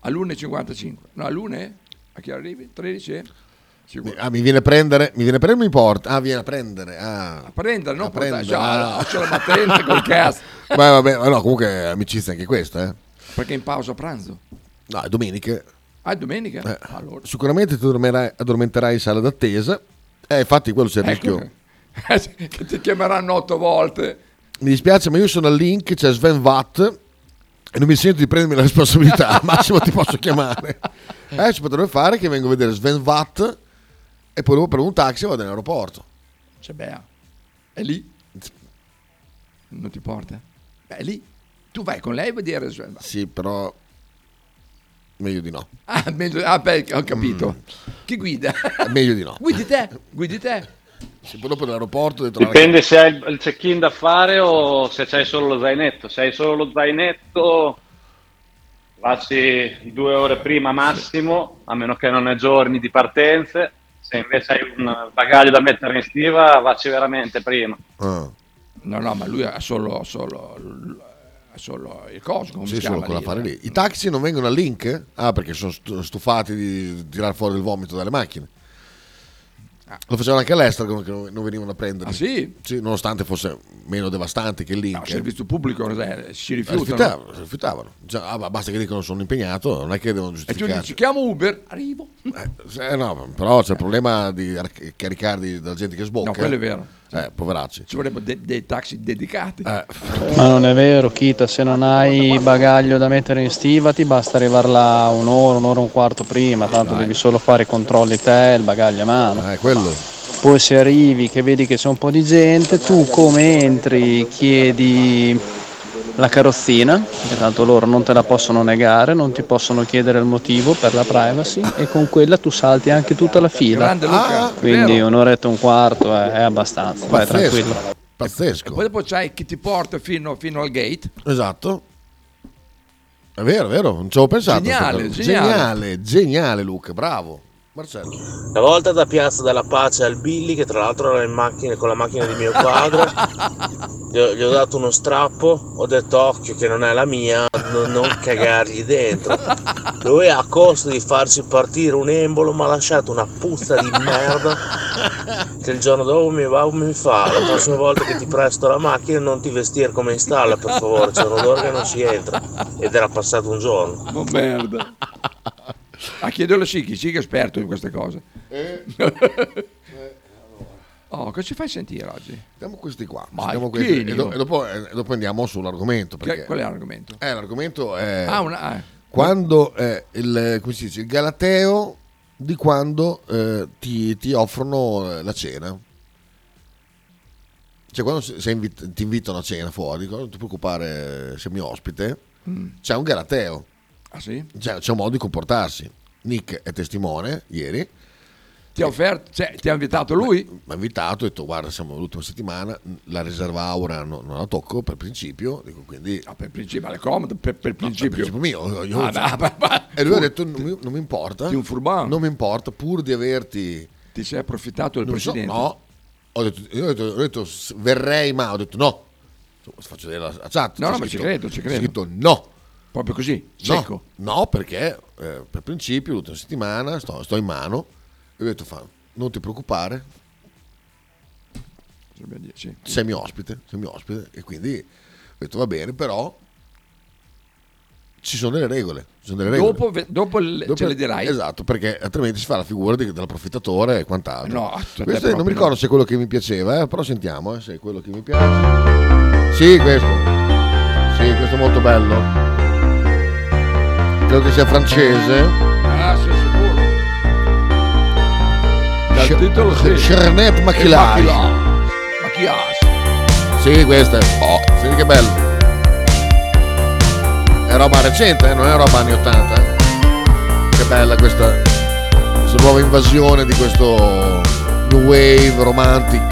all'1.55. No, all'1 a che ora arrivi? 13? eh? Ci vuole.
Ah, mi viene a prendere, mi viene a prendere, mi porta. Ah, viene a prendere. Ah.
A prendere, non portare.
prendere,
Già,
ah.
c'è la mattenza col cazzo.
Ma vabbè, ma no, comunque è amicizia anche questa, eh.
Perché in pausa pranzo.
No, è domeniche.
Ah, è domenica?
Eh,
Allora.
Sicuramente ti dormerai- addormenterai in sala d'attesa. Eh, infatti quello c'è il
Ecco.
rischio.
che ti chiameranno otto volte.
Mi dispiace, ma io sono al link, c'è Sven Watt e non mi sento di prendermi la responsabilità. Al massimo ti posso chiamare. Eh, ci potrebbe fare che vengo a vedere Sven Watt e poi dopo prendo un taxi e vado in aeroporto.
C'è Bea. È lì. Non ti porta? Beh, è lì. Tu vai con lei a vedere. se-
Sì, però meglio di no.
Ah, meglio- ah, beh, ho capito. Chi guida?
Mm. Meglio di no.
Guidi te, guidi te.
Se poi dopo l'aeroporto dentro la-
Dipende se hai il check-in da fare o se c'hai solo lo zainetto. Se hai solo lo zainetto, passi due ore prima massimo, a meno che non hai giorni di partenze. Se invece hai un bagaglio da mettere in stiva, vacci veramente prima.
Eh.
No, no, ma lui ha solo, solo, ha solo il coso. Come
Sì,
si
solo
chiama
quella
lì?
fare lì. I taxi non vengono al link? Ah, perché sono stu- stufati di tirare fuori il vomito dalle macchine. Lo facevano anche all'estero che non non venivano a prendere.
Ah, sì?
nonostante fosse meno devastante che il link.
No, servizio pubblico eh, si
Eh,
rifiutano.
rifiutavano, si rifiutavano. Cioè, ah, ma basta che dicono sono impegnato, non è che devono
E tu dici,
giustificarsi.
chiamo Uber, arrivo.
Eh, no, però c'è il problema di ar- caricarli dalla gente che sbocca.
No, quello è vero.
Eh, poveracci.
Ci vorrebbero de- dei taxi dedicati.
Ah,
Eh. Ma non è vero, Kita, se non hai bagaglio da mettere in stiva ti basta arrivare là un'ora, un'ora e un quarto prima, tanto devi solo fare i controlli te, il bagaglio a mano.
Eh,
Poi se arrivi che vedi che c'è un po' di gente, tu come entri chiedi la carrozzina, che tanto loro non te la possono negare, non ti possono chiedere il motivo per la privacy e con quella tu salti anche tutta la fila.
Grande
Ah.
Luca, Ah,
Quindi
vero.
un'oretta e un quarto è, è abbastanza, vai
Pazzesco.
tranquillo.
Pazzesco.
Poi dopo c'hai chi ti porta fino, fino al gate.
Esatto. È vero, è vero, non ci avevo pensato.
Geniale,
geniale,
geniale.
geniale, Luca, bravo. Marcello.
Una volta da Piazza della Pace al Billy, che tra l'altro era in macchina con la macchina di mio padre, gli ho, gli ho dato uno strappo, ho detto occhio che non è la mia, no- non cagargli dentro. Lui a costo di farci partire un embolo mi ha lasciato una puzza di merda che il giorno dopo mi va mi fa la prossima volta che ti presto la macchina non ti vestire come in stalla per favore, c'è un odore che non si entra. Ed era passato un giorno.
Oh, merda. A chiederlo a Sicchi, Sicchi è esperto in queste cose.
Eh.
Oh, cosa ci fai sentire oggi?
Siamo questi qua.
Ma
Sentiamo
il
questi- e, do-
genio.
e dopo, e dopo andiamo sull'argomento.
Che-
Perché
Qual è l'argomento?
Eh, l'argomento è
Ah, una- ah.
quando eh, il, come si dice, il galateo di quando eh, ti, ti offrono eh, la cena. Cioè, quando se- se invit- ti invitano a cena fuori, dicono, non ti preoccupare eh, se mi ospite,
Mm.
c'è un galateo.
Ah, sì?
Cioè, c'è un modo di comportarsi. Nick è testimone ieri.
Ti ha offerto, cioè, ti ha invitato lui?
Mi ha invitato, ho detto guarda siamo l'ultima settimana, la riserva aura no- non la tocco per principio, dico quindi...
Ah, per principio, è comodo, per, principio.
per principio mio. io-
Ah, no, ma- ma-
e lui ha
pur-
detto non mi, non mi importa.
Di un furbano.
Non mi importa, pur di averti...
Ti sei approfittato del
Non so-
presidente?
no, ho detto, io ho detto, ho detto, "S- verrei ma, ho detto no. Faccio vedere la la chat.
No,
c'è
no, ma ci credo, ci credo.
C'è scritto no.
Proprio così,
No,
secco.
no, perché eh, per principio l'ultima settimana sto, sto in mano e ho detto fa, non ti preoccupare,
Bisogna dire, sì.
sei mio ospite, sei mio ospite e quindi ho detto va bene, però ci sono delle regole. Ci sono delle regole.
Dopo, ve- dopo il- ce le dirai.
Esatto, perché altrimenti si fa la figura di- dell'approfittatore e quant'altro.
No, cioè,
Questo
proprio
non
no.
mi ricordo se è quello che mi piaceva, eh, però sentiamo eh, se è quello che mi piace. Sì, questo. Sì, questo è molto bello. Credo che sia francese.
Ah, sei sicuro? Dal
Ch-
titolo sì.
Chernet Maquillage.
Ma chi ha?
Sì, questo è. Oh, senti che bello. È roba recente, eh, non è roba anni 80. eh. Che bella questa, questa nuova invasione di questo
New Wave, Romantic.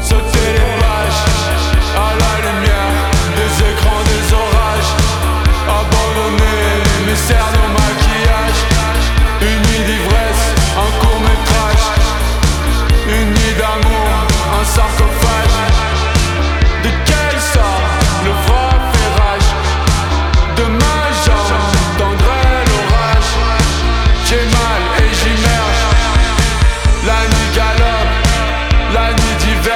Sauter les pages à la lumière des écrans des orages Abandonner mes cernes au maquillage Une nuit d'ivresse, un court métrage Une nuit d'amour, un sarcophage De quel sort le froid fait rage De ma jambe tendrait l'orage J'ai mal et j'immerge La nuit galope, la nuit diverge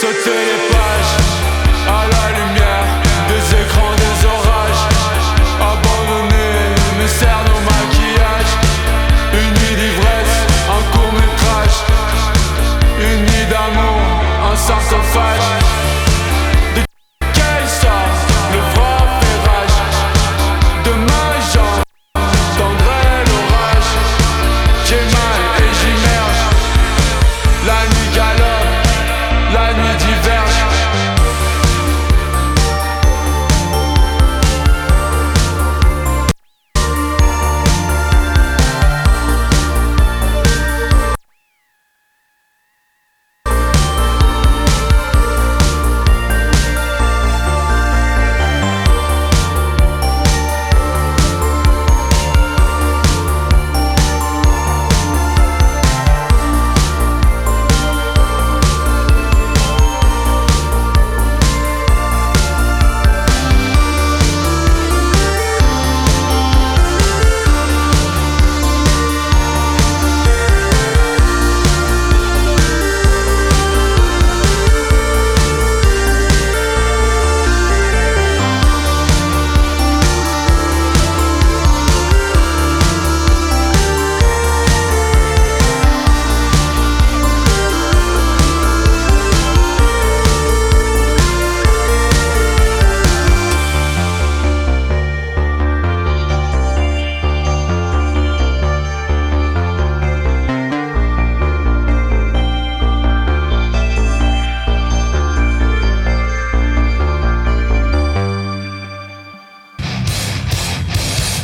Sauter les pages à la lumière des écrans des orages Abandonner mes cernes au maquillage Une nuit d'ivresse, un court métrage Une nuit d'amour, un sarcophage De quel sort le froid fait rage De ma jambe tendrait l'orage J'ai mal et j'immerge La nuit galope la nuit diverge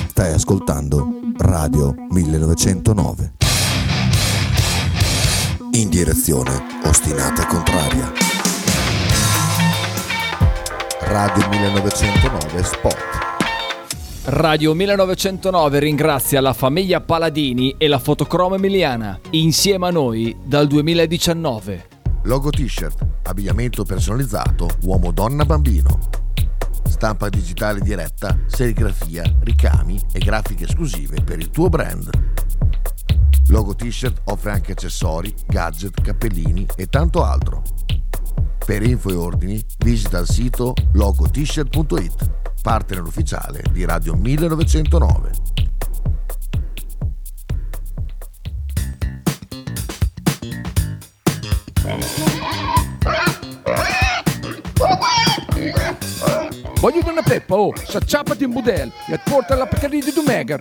Stai ascoltando Radio 1909. In direzione ostinata e contraria. Radio 1909 Spot.
Radio 1909 ringrazia la famiglia Paladini e la fotocromo emiliana, insieme a noi dal 2019.
Logo t-shirt, abbigliamento personalizzato, uomo, donna, bambino. Stampa digitale diretta, serigrafia, ricami e grafiche esclusive per il tuo brand. Logo T-shirt offre anche accessori, gadget, cappellini e tanto altro. Per info e ordini visita il sito logotshirt.it, partner ufficiale di Radio 1909.
Eh. Voglio una peppa, oh, s'acciappati in budel e porta la Pcaridi di Dumegar.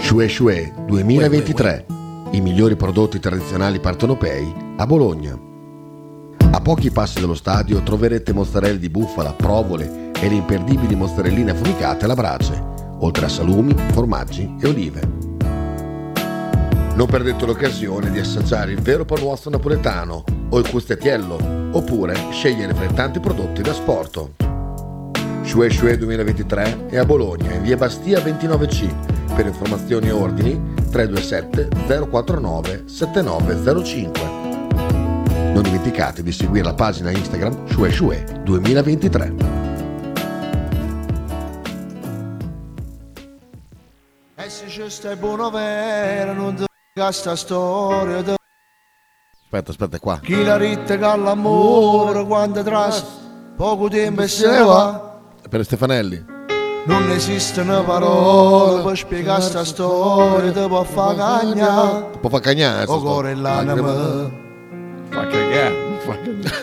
Shue Shue 2023. I migliori prodotti tradizionali partenopei a Bologna. A pochi passi dallo stadio troverete mozzarella di bufala, provole e le imperdibili mozzarelline affumicate alla brace, oltre a salumi, formaggi e olive. Non perdete l'occasione di assaggiare il vero panuozzo napoletano o il custettiello, oppure scegliere fra i tanti prodotti da sporto. Shue Shue 2023 è a Bologna, in via Bastia 29C. Per informazioni e ordini 327 049 7905. Non dimenticate di seguire la pagina Instagram Shue Shue 2023.
E Eh, se ci stai buono vero, non ti f***a sta storia di
Aspetta, aspetta, qua.
chi la ritta che all'amore quando tras poco tempo e se ne va.
Per Stefanelli.
Non esistono parole per spiegare sta storia, ti può far cagnare.
Può far cagnare.
O cuore e l'anima.
Fa cagare.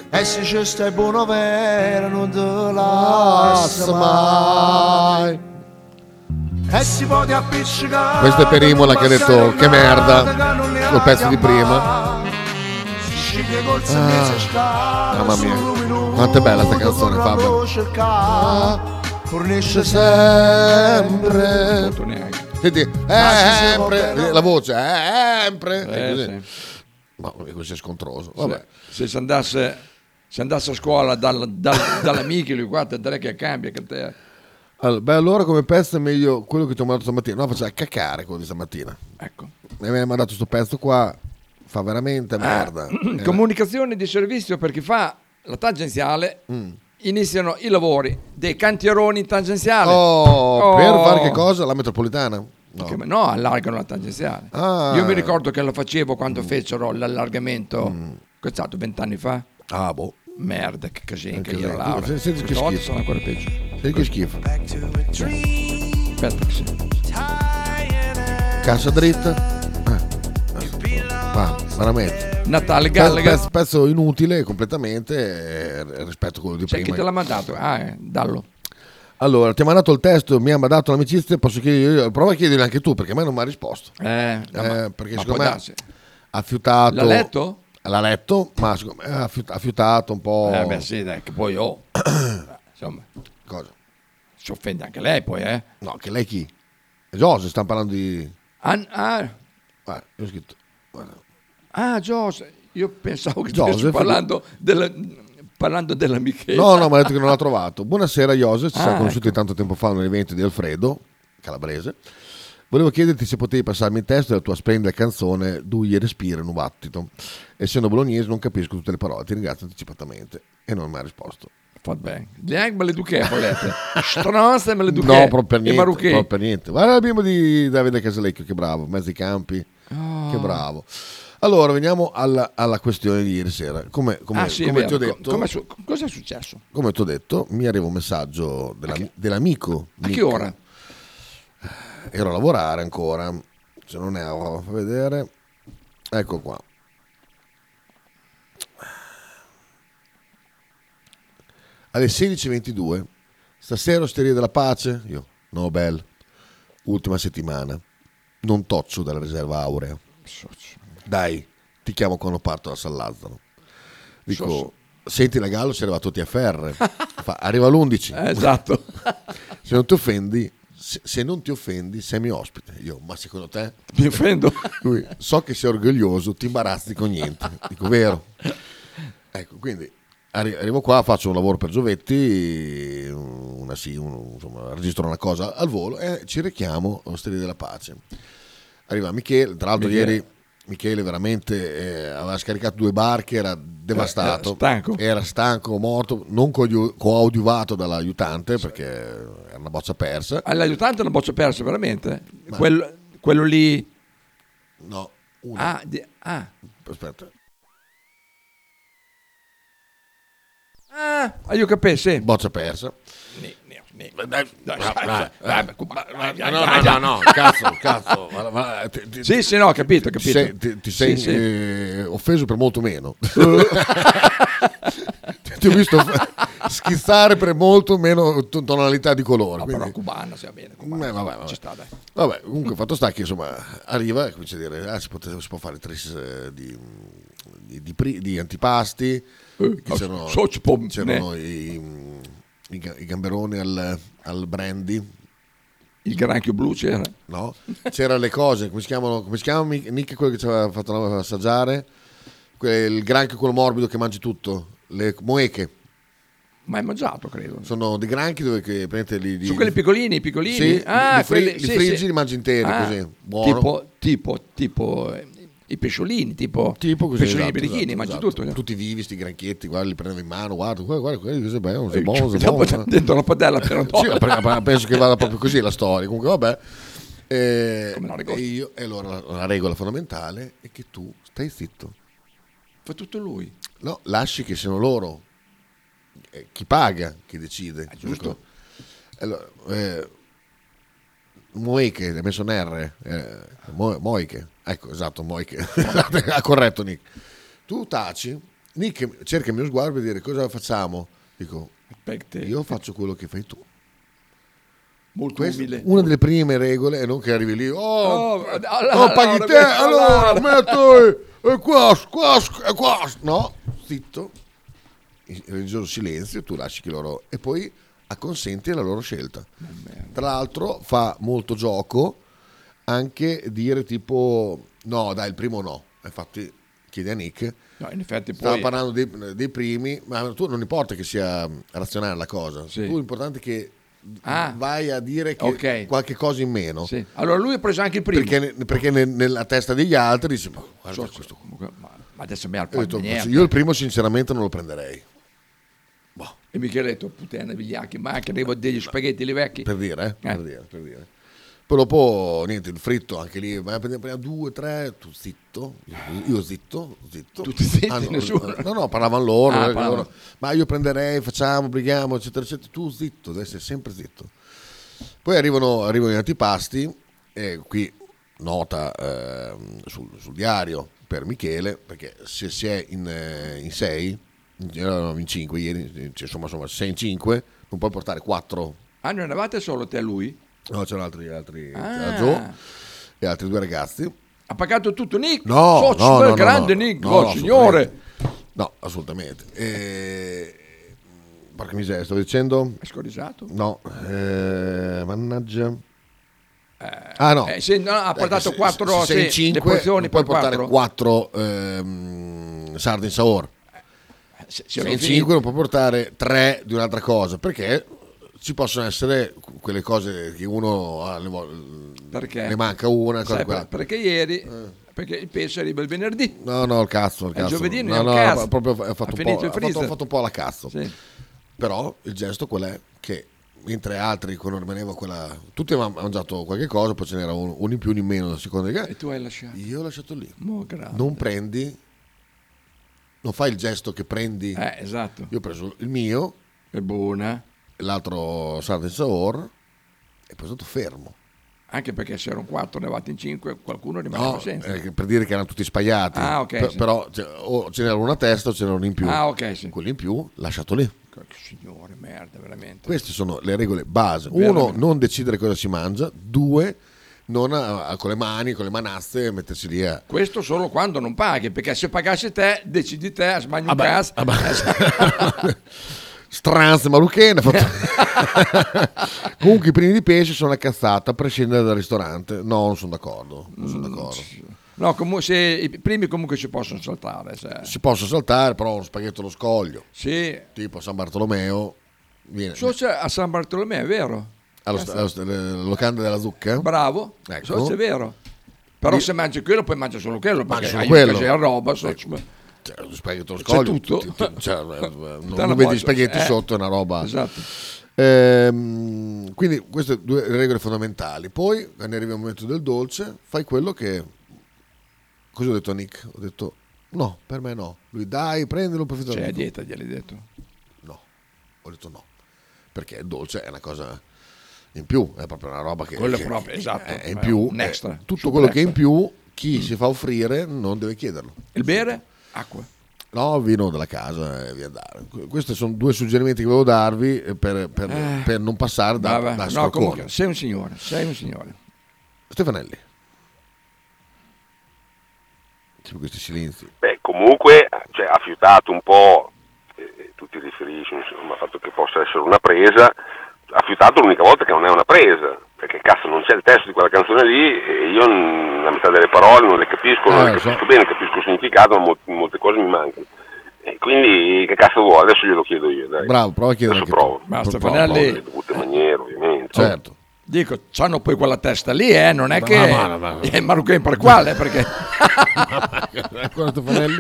E Eh, se ci stai buono vero, non ti
lassi mai.
E Eh, si può ti appiccicare.
Questo è per Imola che ha detto che merda col pezzo di prima. Ah, mamma mia, quanto è bella sta canzone Fabio. Ah.
Fornisce sempre.
Senti, eh, sempre, la voce, eh, sempre.
Eh,
E così.
sì.
Ma questo è scontroso. Vabbè.
Se, se andasse, se andasse a scuola dal, dal, dall'amico lui qua, te direi che cambia. Che te...
Allora, beh, allora come pezzo è meglio quello che ti ho mandato stamattina. No, faceva cacare quello di stamattina.
Ecco.
E mi ha mandato questo pezzo qua. Fa veramente merda.
Ah,
Eh,
comunicazione di servizio per chi fa la tangenziale.
mm.
Iniziano i lavori dei cantieroni tangenziali.
Oh, per fare che
cosa?
cosa? La metropolitana? No.
Che- no, allargano la tangenziale.
Ah.
Io mi ricordo che lo facevo quando fecero l'allargamento, che è stato vent'anni fa.
Mm. Ah, boh.
Merda, che casino che
Anche
io
lei.
Laura.
Senti- senti che
Questa volta
schifo.
sono ancora peggio.
Senti che schifo.
Aspetta, che sì.
Cassa dritta. Eh, Va, veramente.
Natale
Pe-
Gallagher.
Pezzo, pezzo inutile completamente eh, rispetto a quello di
C'è
prima.
chi te l'ha mandato? Ah, eh, dallo.
Allora, ti ha mandato il testo, mi ha mandato l'amicizia, posso chiedere io? Prova a chiedergli anche tu, perché a me non mi ha risposto.
Eh, ma-
perché
ma
secondo
può
me
darsi.
ha fiutato...
L'ha letto?
L'ha letto, ma secondo me ha, fiut- ha fiutato un po'...
Eh, beh, sì, dai, che poi oh. Insomma.
Cosa?
Si offende anche lei poi, eh?
No, che lei chi? Giorgio, stiamo parlando di...
An- ah,
Guarda, io ho scritto... guarda.
ah, Giose, io pensavo che
Giose,
stessi
fa-
parlando, della, parlando della Michela.
No, no, mi ha detto che non l'ha trovato. Buonasera, Jose. Ci siamo
Ah,
conosciuti tanto tempo fa in un evento di Alfredo, calabrese. Volevo chiederti se potevi passarmi il testo della tua splendida canzone Dugli respira in un battito. Essendo bolognese, non capisco tutte le parole. Ti ringrazio anticipatamente. E non mi ha risposto.
Fa bene. Neanche me le duche, volete. Stronze me le duche.
No, proprio per
E
niente.
Marucchi.
proprio per niente. Guarda il bimbo di Davide Casalecchio, che bravo. Mezzi campi,
Ah.
che bravo. Allora, veniamo alla, alla questione di ieri sera. Come, come-
Ah, sì, è
come
vero.
ti ho
Co-
detto,
come su- cosa è successo?
come ti ho detto, mi arriva un messaggio della- dell'amico.
A che
Nick.
ora?
Ero a lavorare ancora, se non ero, fa vedere. Ecco qua. Alle 16.22, stasera Osteria della Pace, io, no bel, ultima settimana, non toccio dalla riserva aurea. Dai, ti chiamo quando parto da San Lazzaro. Dico, senti la Gallo, sei arrivato TFR. Fa, arriva l'11.
Eh, esatto.
se non ti offendi, se, se non ti offendi, sei mio ospite. Io, ma secondo te?
Mi offendo.
Lui, so che sei orgoglioso, ti imbarazzi con niente. Dico, vero? Ecco, quindi arri- arrivo qua, faccio un lavoro per Giovetti, una sì, un- insomma, registro una cosa al volo e ci rechiamo allo Stelle della Pace. Arriva Michele, tra l'altro
Michele.
ieri Michele veramente eh, aveva scaricato due barche, era devastato,
Eh, era stanco.
Era stanco, morto, non coadiu- coadiuvato dall'aiutante perché era una boccia persa.
All'aiutante non boccia persa, veramente? Quello, quello lì...
No, uno.
Ah, di- ah.
Aspetta.
Ah,
persa?
Ah, io capisco, sì.
Boccia persa.
Eh, No,
no, no, no, no, cazzo, cazzo. Ma- ma- ti- ti-
Sì, sì, no, ho capito, ho
ti
capito.
sei- ti, ti sei
Sì, sì.
eh, offeso per molto meno. ti ho visto fa- schizzare per molto meno ton- tonalità di colore. quindi-
cubana, si va bene.
Eh, vabbè, vabbè. Vabbè, comunque fatto sta che insomma arriva e comincia a dire ah, si, pot- si può fare tre s- di, di, di pri- di antipasti che
ah,
c'erano,
so ci può-
c'erano i, i ga- i gamberoni al, al brandy
il granchio blu c'era?
no c'era le cose come si chiamano come si chiama Mi- Nick quello che ci aveva fatto assaggiare Que- il granchio quello morbido che mangi tutto le moeche
ma hai mangiato credo
sono dei granchi dove che prendete li, li-
Su quelli piccolini, piccolini?
Sì, li-
Ah,
li, fri-
quelli-
li
sì,
friggi
sì.
li mangi interi
Ah,
così buono
Tipo, tipo, tipo eh, i pesciolini, tipo,
Tipo così,
pesciolini
esatto,
birichini,
esatto,
mangi
esatto.
tutto. cioè. no?
Tutti vivi, sti granchietti, guarda, li prendevo in mano, guarda, guarda, guarda, guarda cos'è bello,
Eh,
sei buono, sei
cioè,
buono.
dopo dentro la padella per
Sì, ma pre- ma penso che vada proprio così la storia, comunque vabbè. Eh, E, io, e allora la, la regola fondamentale è che tu stai zitto.
Fa tutto lui.
No, lasci che siano loro, eh, chi paga, chi decide. giusto. Allora, eh, Moiche, hai messo un R, eh, Mo- Moiche, ecco, esatto, Moiche, ha corretto Nick. Tu taci, Nick cerca il mio sguardo per dire cosa facciamo. Dico, io faccio quello che fai tu.
Molto
Questa-
umile.
Una delle prime regole è non che arrivi lì, oh,
Oh, allora,
oh, paghi
allora,
te,
allora.
allora, metto eh, e qua, qua,
eh,
e qua. No, zitto, il religioso silenzio, tu lasci che loro... E poi acconsenti alla loro scelta. Tra l'altro fa molto gioco anche dire tipo, no, dai, il primo no. Infatti chiedi a Nick,
No, in effetti
Stavo
poi...
parlando dei, dei primi, ma tu non importa che sia razionale la cosa, tu l'importante è che
Ah.
vai a dire che
Ok.
qualche cosa in meno.
Sì. Allora lui ha preso anche il primo.
Perché, ne- perché ne- nella testa degli altri dice, ma guarda
So-
questo
comunque, ma, ma adesso mi ha il
Io, ho detto,
palmo niente.
io il primo sinceramente non lo prenderei,
E Micheletto, puttana, vigliacchi, ma anche devo degli spaghetti lì vecchi.
per dire, eh, per dire, per dire. Poi dopo, niente, il fritto anche lì, ma prendiamo prendiamo due, tre, tu zitto, io, io zitto, zitto.
Tutti zitti,
Ah, no,
nessuno.
No, no, parlavano loro, eh,
Ah,
loro-
parlavano.
ma io prenderei, facciamo, brighiamo, eccetera, eccetera. Tu zitto, devi essere sempre zitto. Poi arrivano, arrivano gli antipasti, e qui nota ehm, sul, sul diario per Michele, perché se si è in, eh, in 6, eravamo in 5 ieri, eh, cioè, insomma, insomma, se sei in 5 non puoi portare 4
Ah, non eravate solo te e lui?
No, c'erano altri, altri
Ah.
c'era Tá, Joe É e altri due ragazzi.
Ha pagato tutto Nick?
No,
Socio,
no,
bel
no,
grande
no, no,
Nick,
no,
oh,
no,
signore.
No, assolutamente. E... Porca miseria, stavo dicendo...
È scorreggiato?
No, eh, mannaggia. ah no.
eh, sì, no, ha
Ecco,
portato
se-
quattro,
se sei in
sì,
cinque,
le porzioni
non puoi
per
portare quattro, ehm, sarde in saor.
Eh, Se,
se
erano
in
finiti.
5 non puoi portare tre di un'altra cosa, perché ci possono essere quelle cose che uno ha le vo-
Perché?
ne manca una, cosa
Sai,
quella.
per- perché ieri, perché il pesce arriva il venerdì.
No, no, il cazzo, il
È il
cazzo.
giovedì, non
no,
è un
no,
cazzo.
no, proprio ha
Ha
fatto, un
finito
po',
il
ha fatto,
freezer.
ha fatto un po' la cazzo.
Sì.
Però il gesto qual è? Che mentre altri, quando rimaneva quella... Tutti avevano mangiato qualche cosa, poi ce n'era uno, uno in più, uno in meno, a seconda di che...
E tu hai lasciato.
Io ho lasciato lì.
Mo, grande.
Non prendi... Non fai il gesto che prendi...
Eh, esatto.
Io ho preso il mio...
È buona.
L'altro sardo in Saor... E poi sono stato fermo.
Anche perché se erano quattro, ne eravate in cinque, qualcuno rimaneva
No,
senza.
eh, per dire che erano tutti spagliati.
Ah, ok,
Per-
sì.
Però cioè, o ce n'era una a testa o ce n'era una in più.
Ah, ok, sì.
Quelli in più, lasciato lì.
Che Signore, merda, veramente.
Queste sono le regole base.
Veramente.
Uno, non decidere cosa si mangia. Due, non ah, a- a- con le mani, con le manazze, mettersi lì a...
Questo solo quando non paghi, perché se pagassi te, decidi te, sbagli un
Vabbè,
gas.
Stranze maluchene. fatto- Comunque i primi di pesce sono una cazzata, a prescindere dal ristorante. No, non sono d'accordo. Non
Mm,
sono d'accordo.
No, comu- se- i primi comunque si possono saltare. se-
Si possono saltare, però uno spaghetto allo scoglio.
eh. Sì.
Tipo San Bartolomeo. Viene,
So c'è a San Bartolomeo, è vero?
allo sta- allo sta- alla locanda della zucca.
Eh, Bravo,
Ecco.
so c'è è vero. Però
Lì-
se mangi quello, poi mangi solo quello, perché
solo
hai
quello. Ecco. Cioè,
c'è la roba, so-
spaghetto allo
C'è
scoglio,
tutto.
ti- ti- cioè, eh, non,
Dalla
non vedi
boccia,
gli spaghetti
eh.
sotto, è una roba.
Esatto.
Ehm, quindi queste due regole fondamentali. Poi, quando arrivi al momento del dolce, fai quello che... Cosa ho detto a Nick? Ho detto no, per me no. Lui dai, prendilo, per
Cioè, a dieta, gliel'hai detto.
No. Ho detto no, perché il dolce è una cosa in più, è proprio una roba che...
Quello è
che-
proprio, esatto,
è
è
in più,
un
è
extra,
tutto
super
quello che è in
extra. Mm.
più, chi si fa offrire non deve chiederlo.
Il bere? Acqua.
No, vino della casa e via andare. Que- Questi sono due suggerimenti che volevo darvi eh, per, per-
Eh.
per non passare da,
Vabbè,
da
no,
scalcone.
comunque, sei un signore, sei un signore.
Stefanelli. C'è questi silenzi.
Beh, comunque cioè, ha fiutato un po', eh, tu ti riferisci insomma, al fatto che possa essere una presa, ha fiutato l'unica volta che non è una presa, perché cazzo non c'è il testo di quella canzone lì e io mm, la metà delle parole non le capisco, non
Eh,
le
lo so.
capisco bene, capisco il significato, ma mol- molte cose mi mancano. E quindi che cazzo vuoi? Adesso glielo chiedo io, dai.
Bravo, prova a chiedere
Adesso
anche tu.
provo.
Ma
Provo,
Stefanelli-
provo, in dovute maniere, ovviamente.
Cioè,
Certo. Dico, hanno poi quella testa lì, eh, non è
Ma-
che...
ma- ma- ma-
Eh, Marocchino per quale, perché...
Ancora Stefanelli?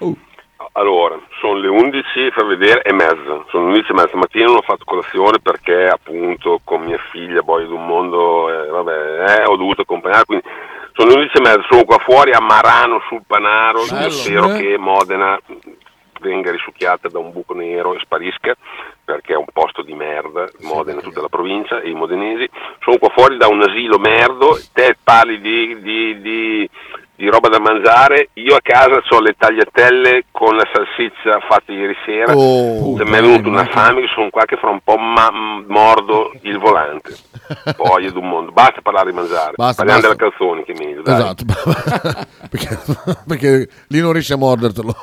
Oh.
Allora, sono le 11, fa vedere, e mezza. Sono le 11 e mezza mattina, non ho fatto colazione perché appunto con mia figlia, boia di un mondo, eh, vabbè, eh, ho dovuto accompagnare, quindi sono le 11 e mezza, sono qua fuori a Marano sul Panaro, io
Bello.
spero
Eh.
che Modena venga risucchiata da un buco nero e sparisca perché è un posto di merda, Modena, tutta la provincia e i modenesi. Sono qua fuori da un asilo merdo, te parli di- di- di di roba da mangiare. Io a casa ho le tagliatelle con la salsiccia fatte ieri sera.
Oh,
Se mi è venuta una fame, che sono qua che fra un po' ma- m- mordo il volante. Poi è d'un mondo. Basta parlare di mangiare.
Basta, basta.
Parliamo della canzone che è meglio. Dai.
Esatto, perché, perché lì non riesci a mordertelo.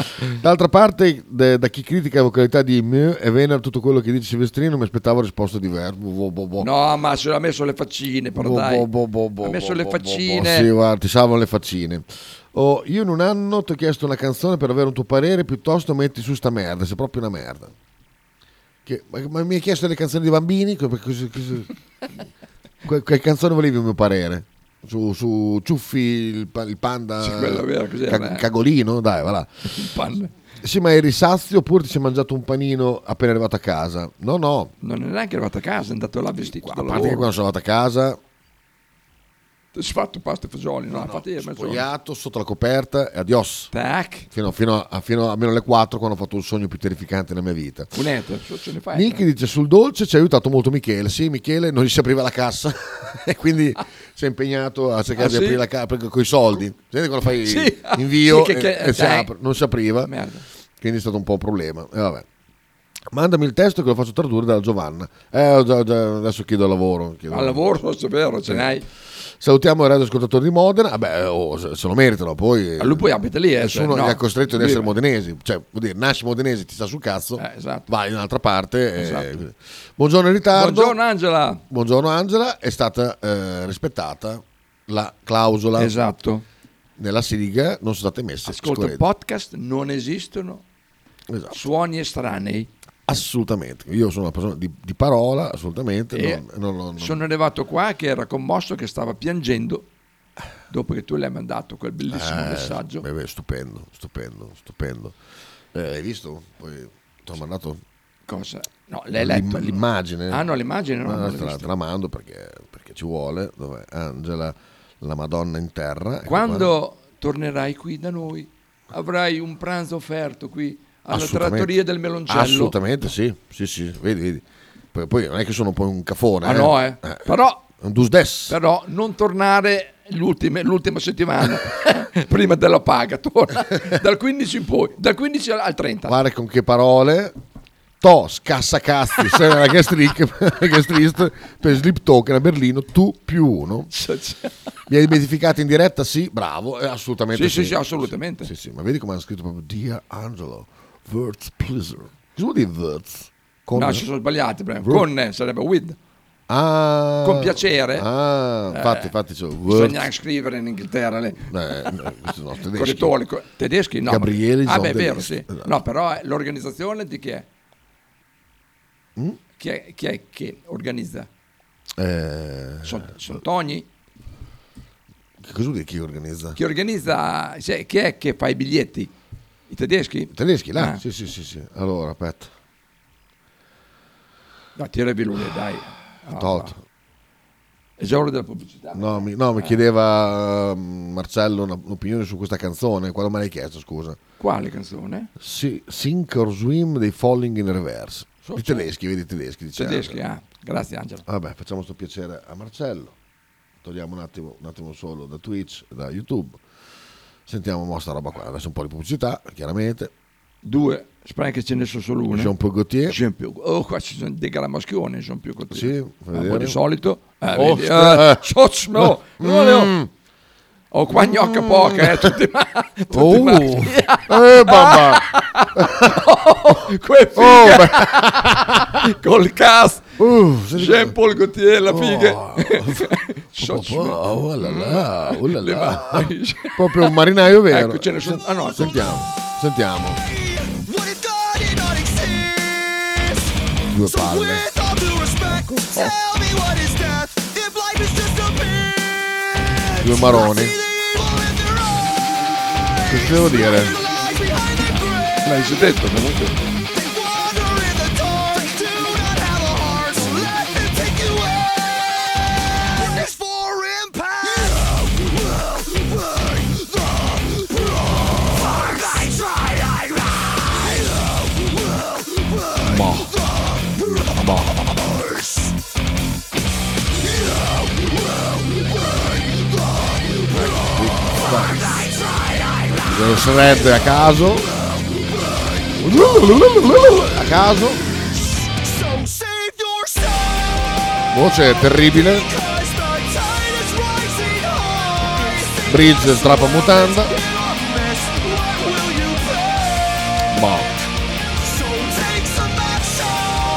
D'altra parte, de- da chi critica la vocalità di Mew e Venere tutto quello che dice Silvestrino, mi aspettavo risposte diverse. Boh, boh, boh.
No, ma se l'ha messo le faccine, però
Boh,
dai.
boh, boh, boh, boh,
ha messo
boh,
le
boh, boh, boh.
faccine.
Sì, guarda, ti salvano le faccine. Oh, io in un anno ti ho chiesto una canzone per avere un tuo parere, piuttosto metti su sta merda, sei proprio una merda. Che- ma, ma mi hai chiesto le canzoni di bambini? Co- cosa- cosa- que- che canzone volevi il mio parere? Su, su Ciuffi, il, pa- il panda,
Sì, quella vera, eh. cos'era?
Cag- Cagolino, dai, va là.
Panne.
Sì, ma eri sazio oppure ti sei mangiato un panino appena arrivato a casa? No, no.
Non è neanche arrivato a casa, è andato là vestito.
A parte che quando sono arrivato a casa,
Ti sei fatto pasta e fagioli, no? Infatti, è mezzo-
spogliato sotto la coperta e adios.
Tac.
Fino, fino a, fino a- almeno alle 4 quando ho fatto il sogno più terrificante della mia vita.
Un ether, ce ne fai.
Nicky dice sul dolce ci ha aiutato molto Michele. Sì, Michele non gli si apriva la cassa e quindi si è impegnato a cercare
Ah,
di
sì?
aprire la cassa con i soldi. Senti quando fai
Sì.
invio
Sì, che- che-
e, e si
dai.
apre, non si apriva. Quindi è stato un po' un problema. E vabbè. Mandami il testo che lo faccio tradurre dalla Giovanna. Eh, ho già- già- adesso chiedo lavoro. chiedo-
Al lavoro, forse è vero, ce n'hai.
Salutiamo il radio ascoltatore di Modena. Vabbè, oh, se se lo meritano. Poi,
Ma lui poi abita lì, eh,
Nessuno
cioè,
gli
no.
ha costretto ad
Lui-
essere modenesi. Cioè, vuol dire, nasci modenese, ti sta sul cazzo, vai in un'altra parte. eh,
Eh, Esatto.
Buongiorno in ritardo.
Buongiorno, Angela.
Buongiorno Angela, è stata eh, rispettata la clausola.
Esatto.
Nella sigla non sono state messe
Ascolta,
scorregge.
podcast non esistono suoni estranei.
Esatto. Assolutamente, io sono una persona di, di parola, assolutamente.
E
non- non- non-
Sono arrivato qua che era commosso, che stava piangendo dopo che tu le hai mandato quel bellissimo
Eh,
messaggio.
beh, beh, stupendo, stupendo, stupendo. Eh, hai visto? Poi ti ho mandato
cosa? No, l'hai letto?
l'immagine.
Ah, no, l'immagine no,
Ma
non l'ho
te, la,
vista.
te la mando perché, perché ci vuole. Dov'è? Angela, la Madonna in terra. Ecco qua.
Quando tornerai qui da noi avrai un pranzo offerto qui alla
Assolutamente.
trattoria del meloncello.
Assolutamente, sì, sì, sì, vedi, vedi. Poi, poi non è che sono poi un cafone.
Ah, no, eh. Però-
Un dusdes.
Però non tornare l'ultima, l'ultima settimana prima della paga, torna dal 15 in poi, dal 15 al 30.
Guarda con che parole. To, scassa cazzi, sembra che strist per Slip Token a Berlino, tu più uno.
Cioè,
Mi hai identificato in diretta? Sì, bravo, eh, assolutamente.
Sì, sì, sì, assolutamente.
Sì, sì, ma vedi come hanno scritto proprio Dear Angelo, Words Pleaser. Cosa vuol dire words? Con-
No, ci sono sbagliati, bravo.
Words-
con eh, sarebbe with.
Ah,
con piacere.
Ah, infatti,
Eh,
infatti, cioè, words.
Bisogna anche scrivere in Inghilterra le...
Eh, no, questi sono tedeschi.
Correttori, co- tedeschi no.
Gabriele
ah, beh, è
Zonderlist.
vero, sì. No, però eh, l'organizzazione di chi è?
Mm?
Chi è, chi è che organizza?
Eh,
Sono, sono Togni?
che cosa vuol dire chi organizza?
Chi organizza? se- chi è che fa i biglietti? I tedeschi? Eh. I
tedeschi, là. Sì, sì, sì, sì. Allora, aspetta.
No, tiravi lui, dai. Ah,
Tot.
È già ora della pubblicità.
No, mi, no, mi chiedeva eh, Marcello una- un'opinione su questa canzone. Quale me l'hai chiesto, scusa?
Quale canzone?
Sì, Sink or Swim dei Falling in Reverse.
So- cioè-
I tedeschi, vedi i tedeschi. diciamo.
Tedeschi, ah, grazie Angelo.
Vabbè, facciamo sto piacere a Marcello. Togliamo un attimo, un attimo solo da Twitch, e da YouTube. Sentiamo mo sta roba qua. Adesso un po' di pubblicità, chiaramente.
Due, spero che ce ne sono solo una.
Jean-Paul Gaultier.
Jean-Paul Oh, qua ci sono dei galamaschioni, sono più così.
Sì, fai
un po'
vedere.
di solito. Eh,
Oh,
vedi,
stra-
eh, ciocci, no, no,
Mm.
no. Oh, qua gnocca poca, eh, tutti ma... tutti
Oh.
maschi.
Eh, babà.
oh, que
Oh,
figa. Col cast.
Uh,
Jean-Paul Gaultier, la figa. Ciocci, no.
Oh là là, oh là
mm. Le
là.
mani.
Proprio un marinaio vero.
Ecco, ce ne sono- ah, no,
sentiamo, sentiamo. Due palle.
Oh.
Due maroni. Che ti devo dire?
L'hai già detto comunque.
Boh. Boh. Lo sarebbe a caso. A caso. Voce terribile. Bridge strappa mutanda. Boh.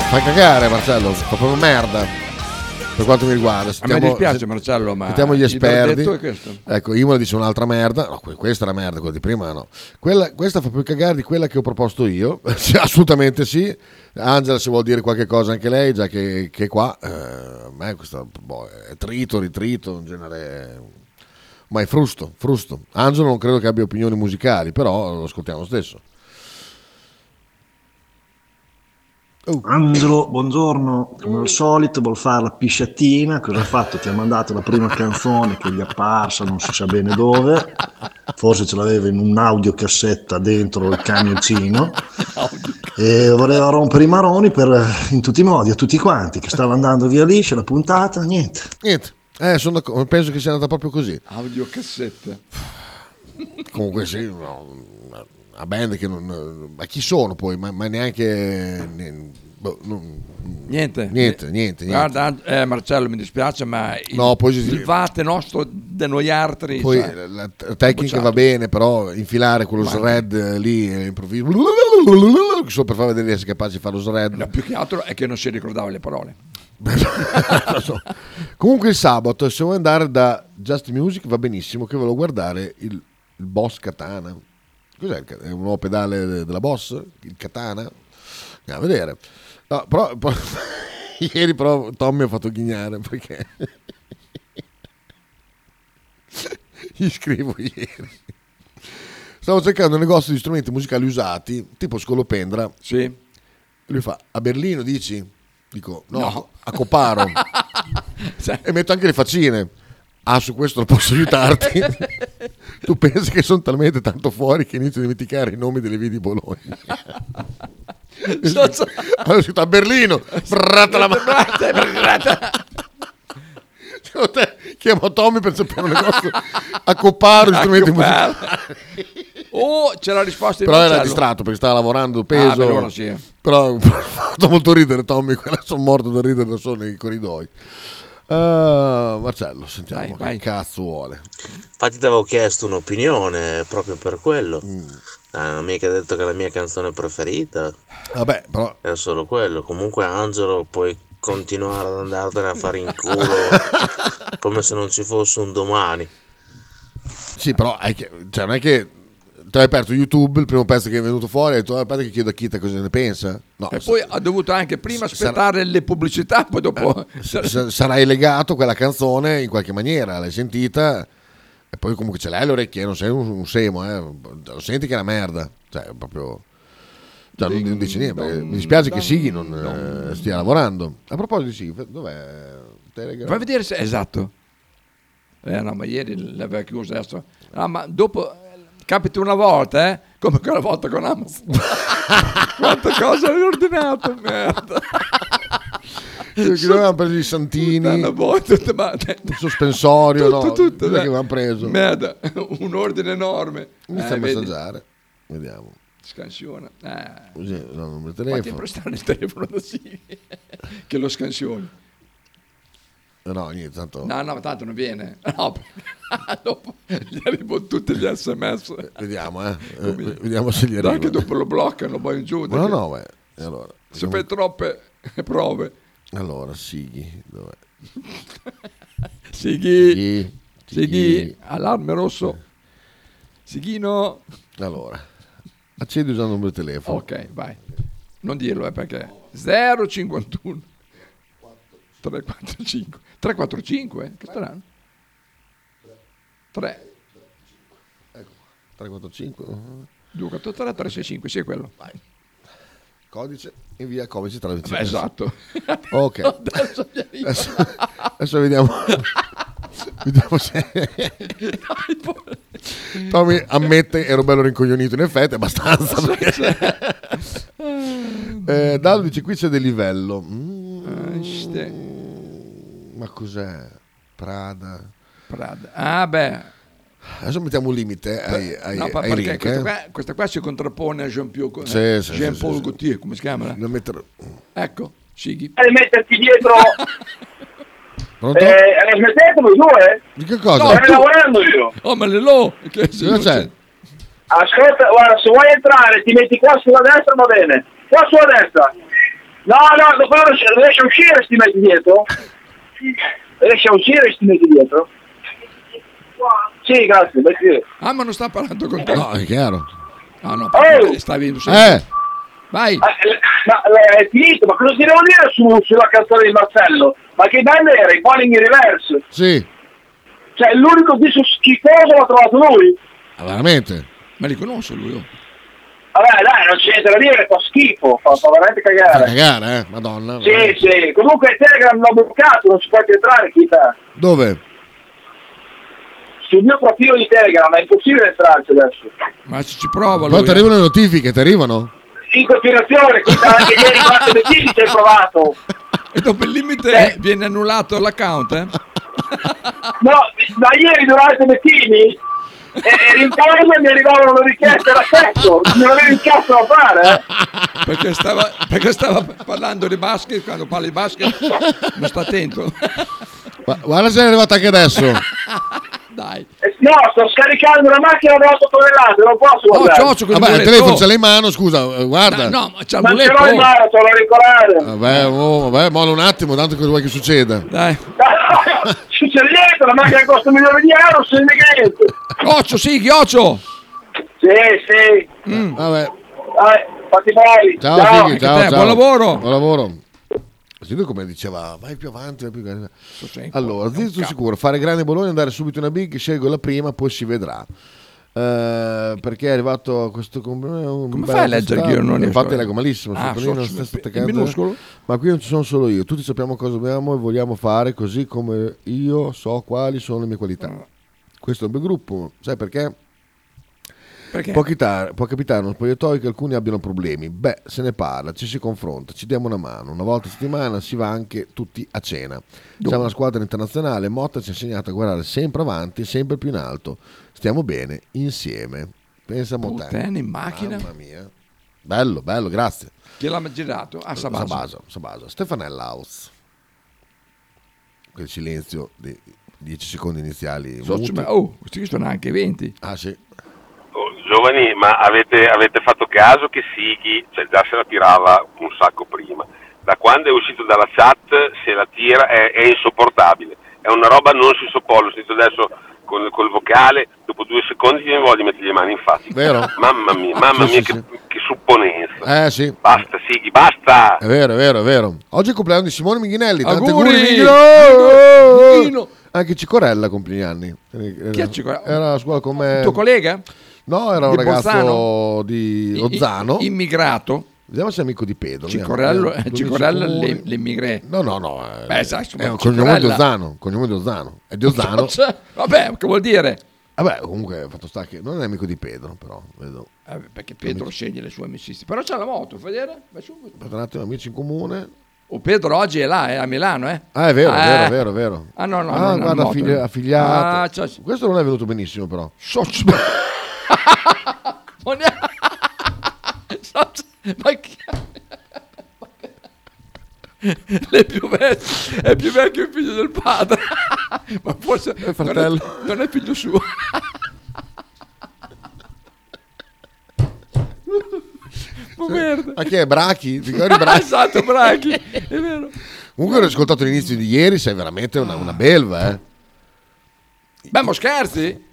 Fa cagare Marcello, fa proprio merda. Per quanto mi riguarda, sentiamo,
dispiace,
se-
Marcello, ma
sentiamo gli
il verdetto
esperti.
è questo.
Ecco, Imola dice un'altra merda. No, que- questa era merda, quella di prima no. Quella- questa fa più cagare di quella che ho proposto io. Sì, Assolutamente sì. Angela, se vuol dire qualche cosa anche lei, già che, che è qua, eh, a me questa boh, è trito, ritrito, in genere. Ma è frusto, frusto. Angelo non credo che abbia opinioni musicali, però lo ascoltiamo lo stesso. Oh.
Angelo, buongiorno. Come al solito vuol fare la pisciatina. Cosa ha fatto? Ti ha mandato la prima canzone che gli è apparsa, non si sa bene dove. Forse ce l'aveva in un'audiocassetta dentro il camioncino. E voleva rompere i maroni per- in tutti i modi, a tutti quanti, che stava andando via liscia la puntata, niente.
Niente, eh, sono d'accordo, penso che sia andata proprio così.
Audiocassetta.
Comunque sì, no, una- una band che non... Ma chi sono poi? Ma, ma neanche... ne- boh, non-
Niente.
Niente, niente, niente.
Guarda, eh, Marcello, mi dispiace, ma il,
No, poi si-
il vate nostro di noi altri.
Poi
sai,
la- la t- tecnica
bocciato.
va bene, però infilare quello
Ma-
shred eh, lì eh, improvviso, solo per far vedere di essere capace di fare lo shred.
No, più che altro è che non si ricordava le parole.
Comunque il sabato, se vuoi andare da Just Music va benissimo, che volevo guardare il, il Boss Katana. Cos'è? il ca- È un nuovo pedale de- della Boss? Il Katana? Andiamo a vedere. No, però, poi- ieri però Tommy ha fatto ghignare perché... Gli scrivo ieri. Stavo cercando un negozio di strumenti musicali usati, tipo Scolopendra.
Sì.
Lui fa, a Berlino dici? Dico, no,
No.
a Coparo. E metto anche le faccine. Ah, su questo non posso aiutarti. tu pensi che sono talmente tanto fuori che inizio a dimenticare i nomi delle vie di Bologna. Allora scritto a Berlino. Brata la mano. Secondo te, Chiamo Tommy per sapere un negozio a Coparo di strumenti
Coparo.
musicali.
Oh, c'è la risposta di
Però era
Marcello.
distratto perché stava lavorando
beh,
peso.
allora sì.
Però mi ha fatto molto ridere Tommy, quella sono morto da ridere da solo nei corridoi. Eh, Marcello, sentiamo che cazzo vuole.
Infatti ti avevo chiesto un'opinione proprio per quello. Ah, non ho mica detto che è la mia canzone preferita.
Vabbè, però
Era solo quello. Comunque Angelo puoi continuare ad andartene a fare in culo come se non ci fosse un domani.
Sì, però hai che- cioè, non è che tu hai aperto YouTube, il primo pezzo che è venuto fuori, hai detto, "Ah, guarda che chiedo a Kita cosa ne pensa. No,
E poi ha dovuto anche prima aspettare le pubblicità, poi dopo...
Eh, sa- sa- sarai legato a quella canzone in qualche maniera, l'hai sentita e poi comunque ce l'hai alle orecchie, non sei un, un semo, eh, lo senti che è una merda. Cioè, proprio... Cioè, non, non dice niente. perché Mi dispiace che Sighi non eh, stia lavorando. A proposito di Sighi, dov'è Telegram?
Fai vedere se esatto. Eh no, ma ieri l'aveva chiusa adesso. Ah, ma dopo eh, capita una volta, eh? Come quella volta con Amazon. Quante cose avevi ordinato, merda.
Perché noi avevamo preso i santini, il sospensorio,
Tutto,
no?
tutto, dai.
Cos'è che avevamo preso?
Merda, un ordine enorme.
Mi
Eh,
sta a
vedi?
messaggiare. Vediamo.
Scansiona. Eh.
Così, no, non mi
Fatti
telefono.
prestare il telefono da Sighi. che lo scansioni.
No, niente, tanto.
No, no, tanto non viene. No, dopo gli arrivano tutti gli sms.
Vediamo, eh. Eh, vediamo se gli arriva.
Anche dopo lo bloccano, poi in giù.
Ma no, no, beh. E Allora,
Se fai troppe prove.
Allora, Sighi, dov'è?
Sighi, Sighi, allarme rosso.
Eh.
Sighino.
Allora, accendi usando il mio telefono.
Ok, vai. Non dirlo, eh, perché 051 345 345, eh, che strano. 3
Ecco 345
243 365, sì, è quello.
Codice invia codice tra le
Beh, esatto.
Ok.
Adesso gli arriva.
Adesso, adesso vediamo. vediamo se. Tommy ammette ero bello rincoglionito in effetti abbastanza perché- Eh, Dal dice qui c'è del livello
Ah,
Mm. ma cos'è Prada
Prada ah beh
adesso mettiamo un limite eh, ai, ai,
No, pa-
ai
perché
link
questa,
eh.
qua, questa qua si contrappone a Jean-Paul, Co-
Sì, sì, sì,
Jean-Paul
sì, sì.
Gaultier, come si chiama?
Da mettere-
Ecco, Sighi.
Devi metterti dietro.
Pronto?
eh, eh, smettete voi due?
Di che cosa?
No,
Ma
sto
tu-
lavorando io.
Oh, ma le lo! Che
cosa c'è?
Ascolta, guarda, se vuoi entrare ti metti qua sulla destra va bene. Qua sulla destra. No, no, dopo non riesci- riesci a uscire se ti metti dietro? Riesci a uscire se ti metti dietro? Sì, grazie, perché...
Ah, ma non sta parlando con te.
No, è chiaro.
No, no,
Oh!
stavi in
Eh,
Vai.
Ma Ah, eh, è finito, ma cosa ti devo dire su- sulla canzone di Marcello? Ma che bella era, i Falling in Reverse.
Sì,
Cioè, l'unico disco schifoso l'ha trovato lui.
ah, veramente.
Ma li conosco lui. oh.
Vabbè, dai, non c'è niente da dire, fa schifo, fa, fa veramente
Fa
cagare.
cagare, eh? Madonna.
Sì, sì, comunque Telegram l'ho bloccato, non si può più entrare, chita.
Dove?
Sul mio profilo di Telegram è impossibile entrarci adesso.
Ma ci, ci prova
Poi
lui. eh.
ti arrivano le notifiche, ti arrivano?
In continuazione, chita, anche ieri quattro decine ci hai provato.
E dopo il limite viene annullato l'account, eh?
No, ma ieri durante Bettini e eh, in pausa mi arrivavano le richieste da sesso, non avevo il cazzo da fare. eh.
Ah,
Perché stava, perché stava parlando di basket, quando parli di basket non sta attento.
Gua- Guarda se è arrivata anche adesso.
Dai.
Eh, No, sto scaricando una macchina da 8 tonnellate, non posso guardare.
Vabbè, il telefono ce l'hai in mano, scusa, eh, guarda.
oh. No, ma c'ha il
Ma ce
muletto.
l'ho in
oh.
mano, te lo ricordare.
Vabbè, oh, vabbè, molla un attimo, tanto che vuoi che succeda.
Dai.
Ci c'è dietro, la macchina costa un milione di euro, se ne niente.
Occio, sì, ghioccio. Mm.
Sì, sì.
Vabbè.
Dai, fatti bravi.
Ciao,
Ciao.
Fighi, ciao,
te,
ciao.
buon lavoro.
Buon lavoro. Sì, lui come diceva, vai più avanti, vai più avanti. Allora, zitto sicuro, fare grande Bologna, andare subito in una big, scelgo la prima, poi si vedrà. Eh, perché è arrivato a questo eh, come
fai a leggere che io non riesco
infatti
a-
leggo malissimo
Ah,
sul panino,
so-
stesso
in
attaccante.
minuscolo?
ma qui non ci sono solo io tutti sappiamo cosa dobbiamo e vogliamo fare così come io so quali sono le mie qualità questo è un bel gruppo sai perché Può, chitar- può capitare uno spogliatoio che alcuni abbiano problemi. Beh, se ne parla, ci si confronta, ci diamo una mano. Una volta a settimana si va anche tutti a cena. Siamo una squadra internazionale. Motta ci ha insegnato a guardare sempre avanti, sempre più in alto. Stiamo bene insieme. Pensa a Motta.
Puttana Uh, in macchina.
Mamma mia. Bello, bello, grazie.
Chi l'ha girato? Ah, Sabasa.
Sabaso, Sabaso. Stefanella House. Quel silenzio dei 10 secondi iniziali.
So-
muti.
ma- oh, questi qui sono anche 20.
Ah, sì.
Oh, Giovani, ma avete, avete fatto caso che Sighi cioè, già se la tirava un sacco prima? Da quando è uscito dalla chat se la tira è, è insopportabile, è una roba non si sopporta, l'ho sentito adesso col, col vocale, dopo due secondi ti voglio mettere le mani in faccia.
Vero?
Mamma mia, mamma
Sì, sì,
mia, che, che supponenza.
Eh, sì.
Basta Sighi, basta!
È vero, è vero, è vero. Oggi è il compleanno di Simone Minghinelli. Tanti
Auguri!
auguri, Minghino! Oh, oh, oh.
Minghino!
Anche Cicorella compie gli anni. Chi
è Cicorella?
Era a scuola con me.
Il tuo collega?
No, era un
Di
ragazzo
Bolzano?
di
I- i-
Ozzano.
immigrato.
Vediamo se è amico di Pedro.
Cicorello,
vediamo.
eh, Cicorello
Luigi
l'im- l'immigré.
No, no, no.
Beh, sai, insomma,
è un cognome di
Cicorella-
Ozzano. Cognome di Ozzano. È di Ozzano.
Cioè, vabbè, che vuol dire?
Vabbè, comunque, fatto sta che non è amico di Pedro, però. Vedo.
Eh, perché Pedro sceglie le sue amicizie. Però c'è la moto, fai vedere? Vai su.
Tra l'altro, amici in comune.
Oh, Pedro oggi è là, è a Milano, eh?
Ah, è vero, è
Eh.
vero, è vero, è vero.
Ah, no, no,
Ah,
non ha
guarda,
moto. eh.
affili- affiliato.
Ah, c'è-
Questo non è venuto benissimo, però.
Ma ne- Ma chi- È più, vecchio, è più vecchio il figlio del padre. Ma forse
fratello.
Non, è, non è figlio suo. Ma merda.
Cioè, Ma chi è? Brachi? Ti ricordi Brachi?
esatto, Brachi. È vero.
Comunque, l'ho ascoltato l'inizio di ieri. Sei veramente una, una belva, eh.
Beh, ma scherzi?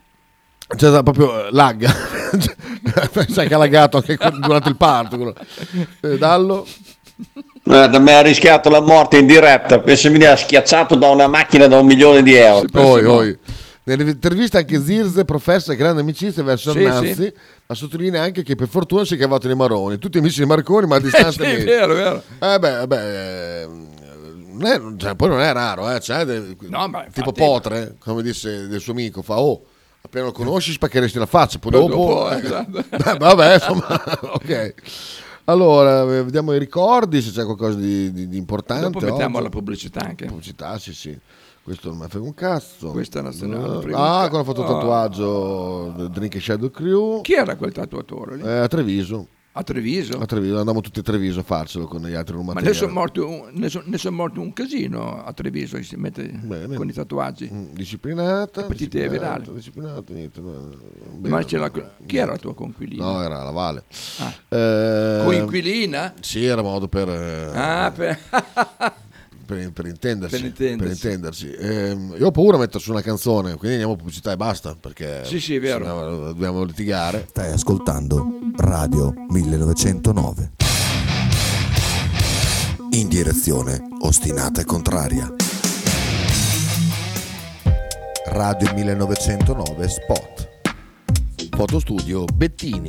Cioè, da- proprio eh, lagga. Cioè, Sai che ha laggato anche que- durante il parto. quello. Eh, Dallo.
Guarda, mi Eh, ha rischiato la morte in diretta perché se mi viene schiacciato da una macchina da un milione di euro.
Poi, poi. Nell'intervista anche Zirze professa grande amicizia verso
Sì,
Arnazzi,
sì.
ma sottolinea anche che per fortuna si è cavato nei maroni. Tutti amici dei Marconi, ma a distanza
Sì, è
metri.
vero, è vero.
Eh beh, beh, eh, non è- cioè, poi non è raro, eh, cioè, de- tipo Potre, come disse del suo amico, fa oh, appena lo conosci spaccheresti la faccia, poi
Poi
dopo... Eh,
dopo, esatto.
Beh, vabbè, insomma, ok. Allora, eh, vediamo i ricordi, se c'è qualcosa di, di- di importante.
Dopo mettiamo
oggi.
la pubblicità anche.
Pubblicità, sì, sì. Questo non mi frega un cazzo.
Questa è nazionale, frega un
Ah,
ca-
quando ha fatto il
Oh.
tatuaggio del Drink and Shadow Crew.
Chi era quel tatuatore lì?
Eh, a Treviso.
A Treviso?
A Treviso, andavamo tutti a Treviso a farcelo con gli altri
Ma
rumatieri.
ne sono morto, un- ne son- ne son morto un casino a Treviso che si mette con i tatuaggi.
Mm, Disciplinata.
Partite virale.
Disciplinato, niente. no, bene.
Ma c'era, chi era la tua conquilina?
No, era la Vale.
Ah.
Eh,
Coinquilina?
Sì, era modo per... eh,
Ah, per-
per, per intendersi.
Per intendersi.
per intendersi. Ehm, io ho paura a metterci una canzone, quindi andiamo a pubblicità e basta, perché
Sì, sì, è vero.
sennò dobbiamo litigare.
Stai ascoltando Radio 1909. In direzione ostinata e contraria.
Radio 1909 Spot. Fotostudio Bettini,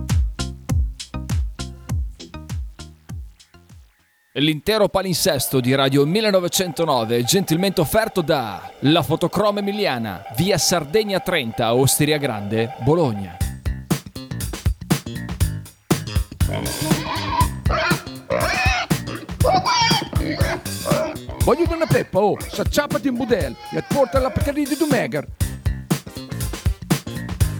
L'intero palinsesto di Radio 1909 è gentilmente offerto da La Fotocroma Emiliana, via Sardegna 30, Osteria Grande, Bologna.
Voglio una peppa, oh, s'acciappati in budel e porta la Pcaridi di Dumegar.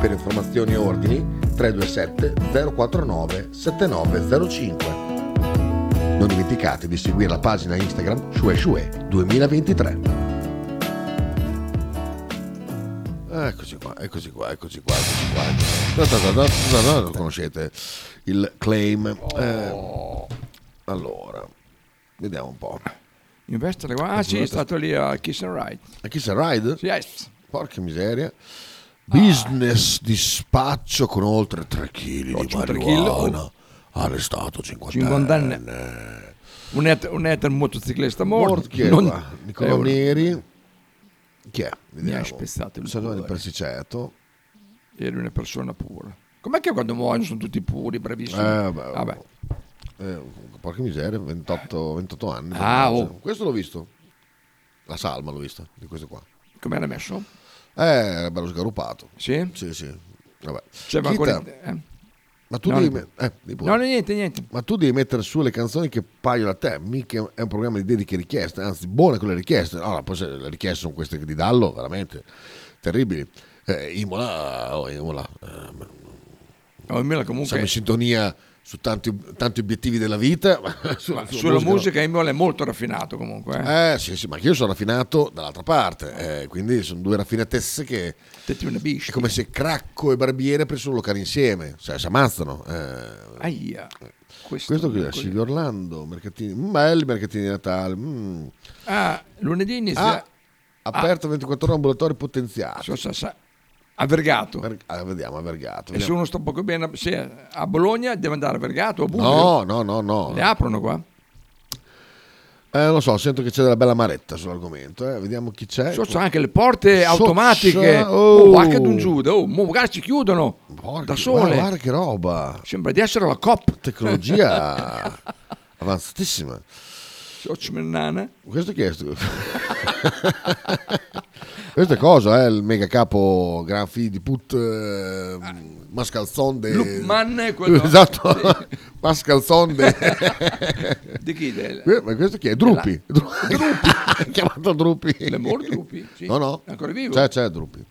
Per informazioni e ordini 327 049 7905.
non dimenticate di seguire la pagina Instagram Shue Shue 2023.
Eccoci qua, eccoci qua, eccoci qua, eccoci qua. eccoci qua. No, no, no, no, no, no, conoscete il claim. Eh, allora, vediamo un po'.
Investere qua. Ah, sì, è stato lì a Kiss and Ride.
A Kiss and Ride?
Yes. Ah.
Porca miseria. Business di spaccio con oltre 3 kg di
3
marijuana. Arrestato 50
50 Un, et- un etero motociclista morto.
Morto chi è
Non-
qua? Nicola
Eh, ora-
Neri. Chi è?
Mi ha
Vediamo.
spezzato il
Salvatore
cuore.
Persiceto.
Eri una persona pura. Com'è che quando muoiono sono tutti puri, bravissimi?
Eh, beh,
Vabbè.
eh, porca miseria, 28, 28 anni.
Ah,
Mannaggia.
oh.
Questo l'ho visto. La salma l'ho vista, di questo qua.
Come era messo?
Eh, era bello sgarupato.
Sì?
Sì, sì. Vabbè.
Cioè, ma
Chita,
ancora- eh.
ma tu
No,
devi...
no.
me- eh, di pure.
No, no, niente, niente.
Ma tu devi mettere su le canzoni che paiono a te, mica è un programma di dediche e richieste, anzi buone quelle richieste. Allora, poi se le richieste sono queste di Dallo, veramente terribili. Eh, Imola, oh, Imola, eh, ma-
Oh, comunque-
Siamo in sintonia su tanti, tanti obiettivi della vita. ma
Ma
sulla,
sulla musica Imola è molto raffinato comunque. eh.
no. Eh sì, sì, ma anche io sono raffinato dall'altra parte, eh, quindi sono due raffinatesse che...
È
come se Cracco e Barbiere aprissero un locale insieme, cioè si ammazzano. eh.
Aia. Questo,
Questo qui
dico
è
io.
Silvio Orlando, mercatini, mm, belli mercatini di Natale. mm.
Ah, lunedì inizia...
Ah, aperto 24 ore ambulatori potenziati.
So, so, so. A Vergato.
Ah, vediamo, a Vergato.
E se
vediamo.
uno sta poco bene se a Bologna deve andare a Vergato o a Budrio.
No, no, no, no.
Le aprono qua?
Eh, non lo so, sento che c'è della bella maretta sull'argomento. eh, Vediamo chi c'è.
So, c'è anche le porte
So,
automatiche.
c'è-
Oh,
oh.
anche d'un giudo. Oh, mo magari ci chiudono. da
Guarda,
sole.
guarda che roba.
Sembra di essere la COP.
Tecnologia avanzatissima.
Socmennana.
Questo chi è? sto- Questo è cosa, eh? Il mega capo gran figlio di put eh, Mascalzon de...
Lupman è quello-
Esatto,
Sì.
Mascalzon de...
Di chi? Del-
Que- Ma questo chi è? Drupi.
Della-
Drupi. Chiamato Drupi.
Le mor Drupi, sì.
No, no.
È ancora vivo?
C'è, c'è Drupi.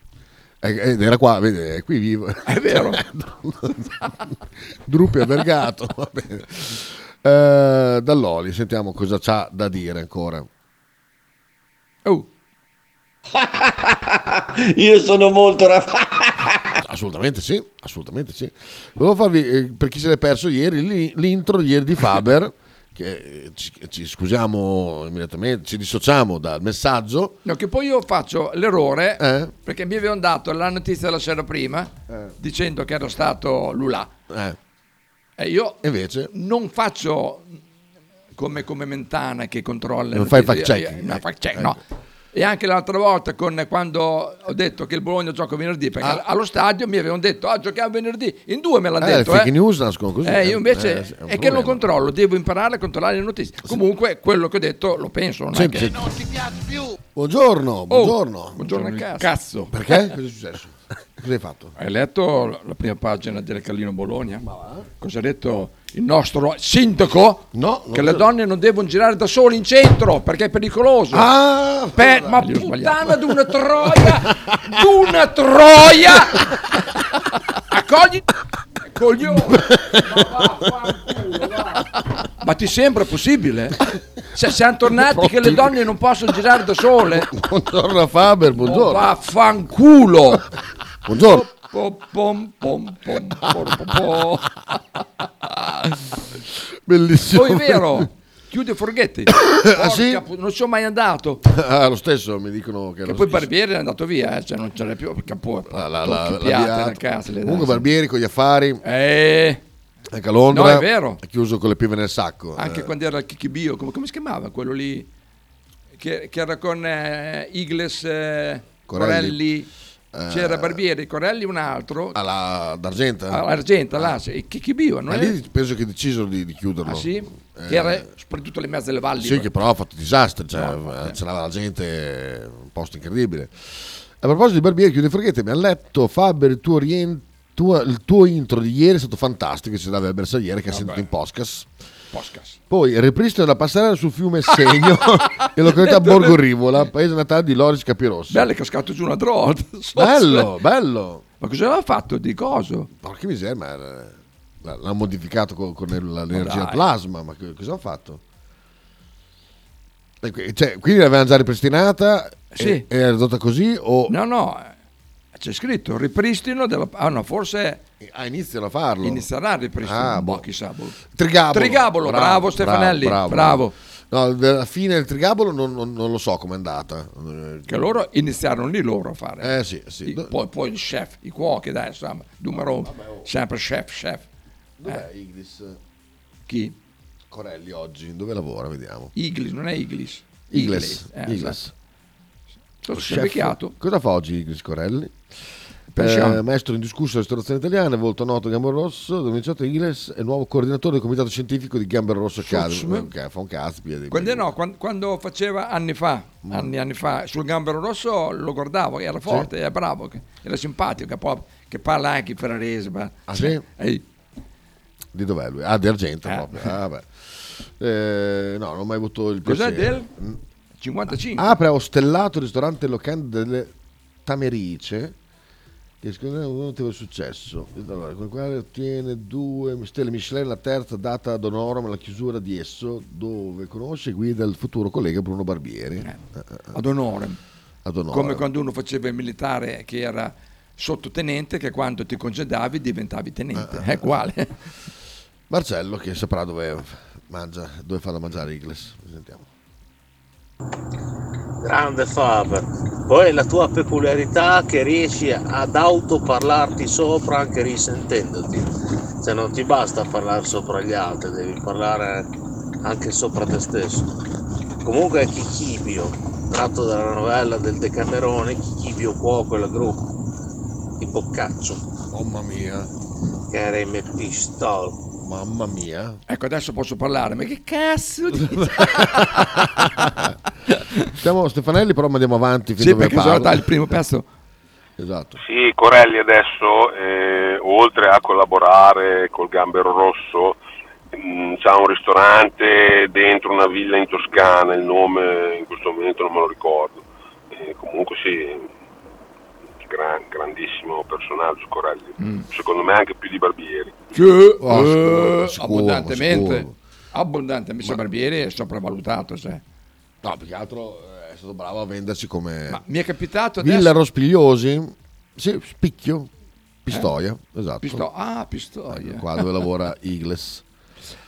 Eh, Ed era qua, vedi, è qui vivo. È
vero.
Drupi è vergato. va bene. Eh, Dall'Oli, sentiamo cosa c'ha da dire ancora.
Oh.
Io sono molto raffinato.
Assolutamente sì, assolutamente sì. Volevo farvi, eh, per chi se l'è perso ieri, lì- l'intro ieri di Faber, che eh, ci, ci scusiamo immediatamente, ci dissociamo dal messaggio.
No, che poi io faccio l'errore
Eh?
perché mi avevano dato la notizia la sera prima dicendo che ero stato Lula.
Eh,
E io
invece
non faccio come, come Mentana che controlla.
Non fai
notizie.
fact-checking,
No,
ecco,
fact-check, eh, no. E anche l'altra volta con, quando ho detto che il Bologna gioca venerdì, perché
Ah.
allo stadio mi avevano detto ah, giochiamo venerdì, in due me l'hanno
eh, le
detto.
fake
eh.
news nascono così.
Eh, io invece
eh, sì, un
è, che non
problema.
controllo, devo imparare a controllare le notizie. Comunque quello che ho detto lo penso. Non
Senti,
è che...
senti. Buongiorno, buongiorno.
Oh, buongiorno
il
cazzo. Eh.
Perché? Cosa è successo? Cosa hai fatto?
Hai letto la- la prima pagina del Callino Bologna? Cosa ha detto il nostro sindaco?
No.
Che
non
le
so.
donne non devono girare da sole in centro perché è pericoloso.
Ah,
Per- ma puttana d'una troia! d'una troia! Accogli coglione! Ma vaffanculo, va. Ma ti sembra possibile? Se siamo tornati che le donne non possono girare da sole?
Buongiorno a Faber, buongiorno.
Ma vaffanculo!
Buongiorno.
Po- pom, pom, pom, por, po, po.
Bellissimo.
Poi è vero, chiude Forghetti. Porca pu- non sono mai andato.
Ah, lo stesso mi dicono che... è
E
lo
Oh. poi
stesso.
Barbieri è andato via, eh, cioè non c'era più perché poi la,
la- la- la Beato. Comunque Barbieri con gli affari. Anche a
Eh. No,
Londra.
è vero.
chiuso con le pive nel sacco.
anche
Eh,
quando era il Kikibio, come, come si chiamava quello lì che, che era con eh, Igles eh,
Corelli.
Corelli,
Eh,
c'era Barbieri, Corelli un altro,
alla d'Argenta.
all'Argenta, Ah, là, sì, e Kikibio, non
Ah, Ma
è?
lì penso che decisero di, di chiuderlo.
Ah, sì?
Eh,
Che era soprattutto le mezze delle valli.
Sì, che però ha fatto disastri, cioè, eh, c'era la gente, eh, un posto incredibile. A proposito di Barbieri, chiude Freghette, mi ha letto Faber il tuo, rien- tua- il tuo intro di ieri è stato fantastico, ci dava il bersagliere che ha sentito in podcast.
Podcast.
Poi il ripristino della passerella sul fiume Segno nella località Borgo Rivola, paese natale di Loris Capirossi.
Bello, è cascato giù una droga.
Bello, bello.
Ma cosa aveva fatto di coso?
Porca miseria, ma era- L'ha l'ha modificato con, con el- l'energia
dai.
plasma, ma che- cosa ha fatto? E qui- cioè, quindi l'avevano già ripristinata
Sì.
e, e era ridotta così o...
No, no, eh, c'è scritto ripristino della... Ah no, forse...
Ah, iniziano a farlo.
Inizierà il ripristino,
Ah,
boh, chissà. boh.
Trigabolo.
Trigabolo, bravo, Stefanelli, bravo.
No, alla fine del Trigabolo non, non- non lo so com'è andata.
Che loro iniziarono lì loro a fare.
Eh sì, sì.
I- poi, poi il chef, i cuochi, dai, insomma, numero uno,
oh.
sempre chef, chef.
Dov'è
eh.
Iglis?
Chi?
Corelli oggi, dove lavora? Vediamo.
Iglis, non è Iglis.
Igles.
eh,
Igles.
esatto. Lo si è
Chef.
beccato.
Cosa fa oggi Iglis Corelli?
Pensiamo.
Eh, maestro indiscusso della ristorazione italiana, volto noto di Gambero Rosso, dominato Igles e nuovo coordinatore del comitato scientifico di Gambero Rosso eh, Academy.
Schutzman.
Ok, fa un caspia. di-
Quando, no, quan- quando faceva anni fa,
Mm.
anni, anni fa, sul Gambero Rosso lo guardavo, era forte, era bravo, che- era simpatico, che, poi- che parla anche il ferrarese. ma-
Ah, sì?
Ehi.
Di dov'è lui? Ah, di Argento
Eh.
proprio. Ah, vabbè. Eh, no, non ho mai avuto il
Cos'è
piacere. Ah,
del 55?
apre a Ostellato il ristorante e locanda delle Tamerice che secondo me è un notevole successo allora, con il quale ottiene due stelle Michelin la terza data ad onorum alla chiusura di esso dove conosce e guida il futuro collega Bruno Barbieri
Eh,
Eh,
ad onorem
ad onorem
Come quando uno faceva il militare che era sottotenente, che quando ti congedavi diventavi
Eh,
tenente. È uguale.
Marcello che saprà dove mangia dove fa da mangiare Igles sentiamo
Grande Faber. Poi la tua peculiarità che riesci ad autoparlarti sopra anche risentendoti. Cioè non ti basta parlare sopra gli altri, devi parlare anche sopra te stesso. Comunque Chichibio, tratto dalla novella del Decamerone, Chichibio cuoco e la gru di Boccaccio.
Mamma mia.
Che era MP Stall.
Mamma mia.
Ecco, adesso posso parlare, ma che cazzo dici?
Stiamo Stefanelli però andiamo avanti fin
Sì,
dove
perché sono
parla.
andato il primo pezzo.
esatto
Sì, Corelli adesso, eh, oltre a collaborare col Gambero Rosso, mh, c'ha un ristorante dentro una villa in Toscana, il nome in questo momento non me lo ricordo. Eh, comunque sì, gran- grandissimo personaggio Corelli, secondo me anche più di Barbieri.
Oh, scuovo,
Eh,
scuovo,
abbondantemente.
scuovo.
Abbondantemente. Mi sa Barbieri è sopravvalutato. sai.
No, più che altro eh, è stato bravo a vendersi come
Mi è capitato adesso... Eh.
Villa Rospigliosi sì, Spicchio Pistoia esatto Ecco,
Pisto- ah, Pistoia.
qua dove lavora Igles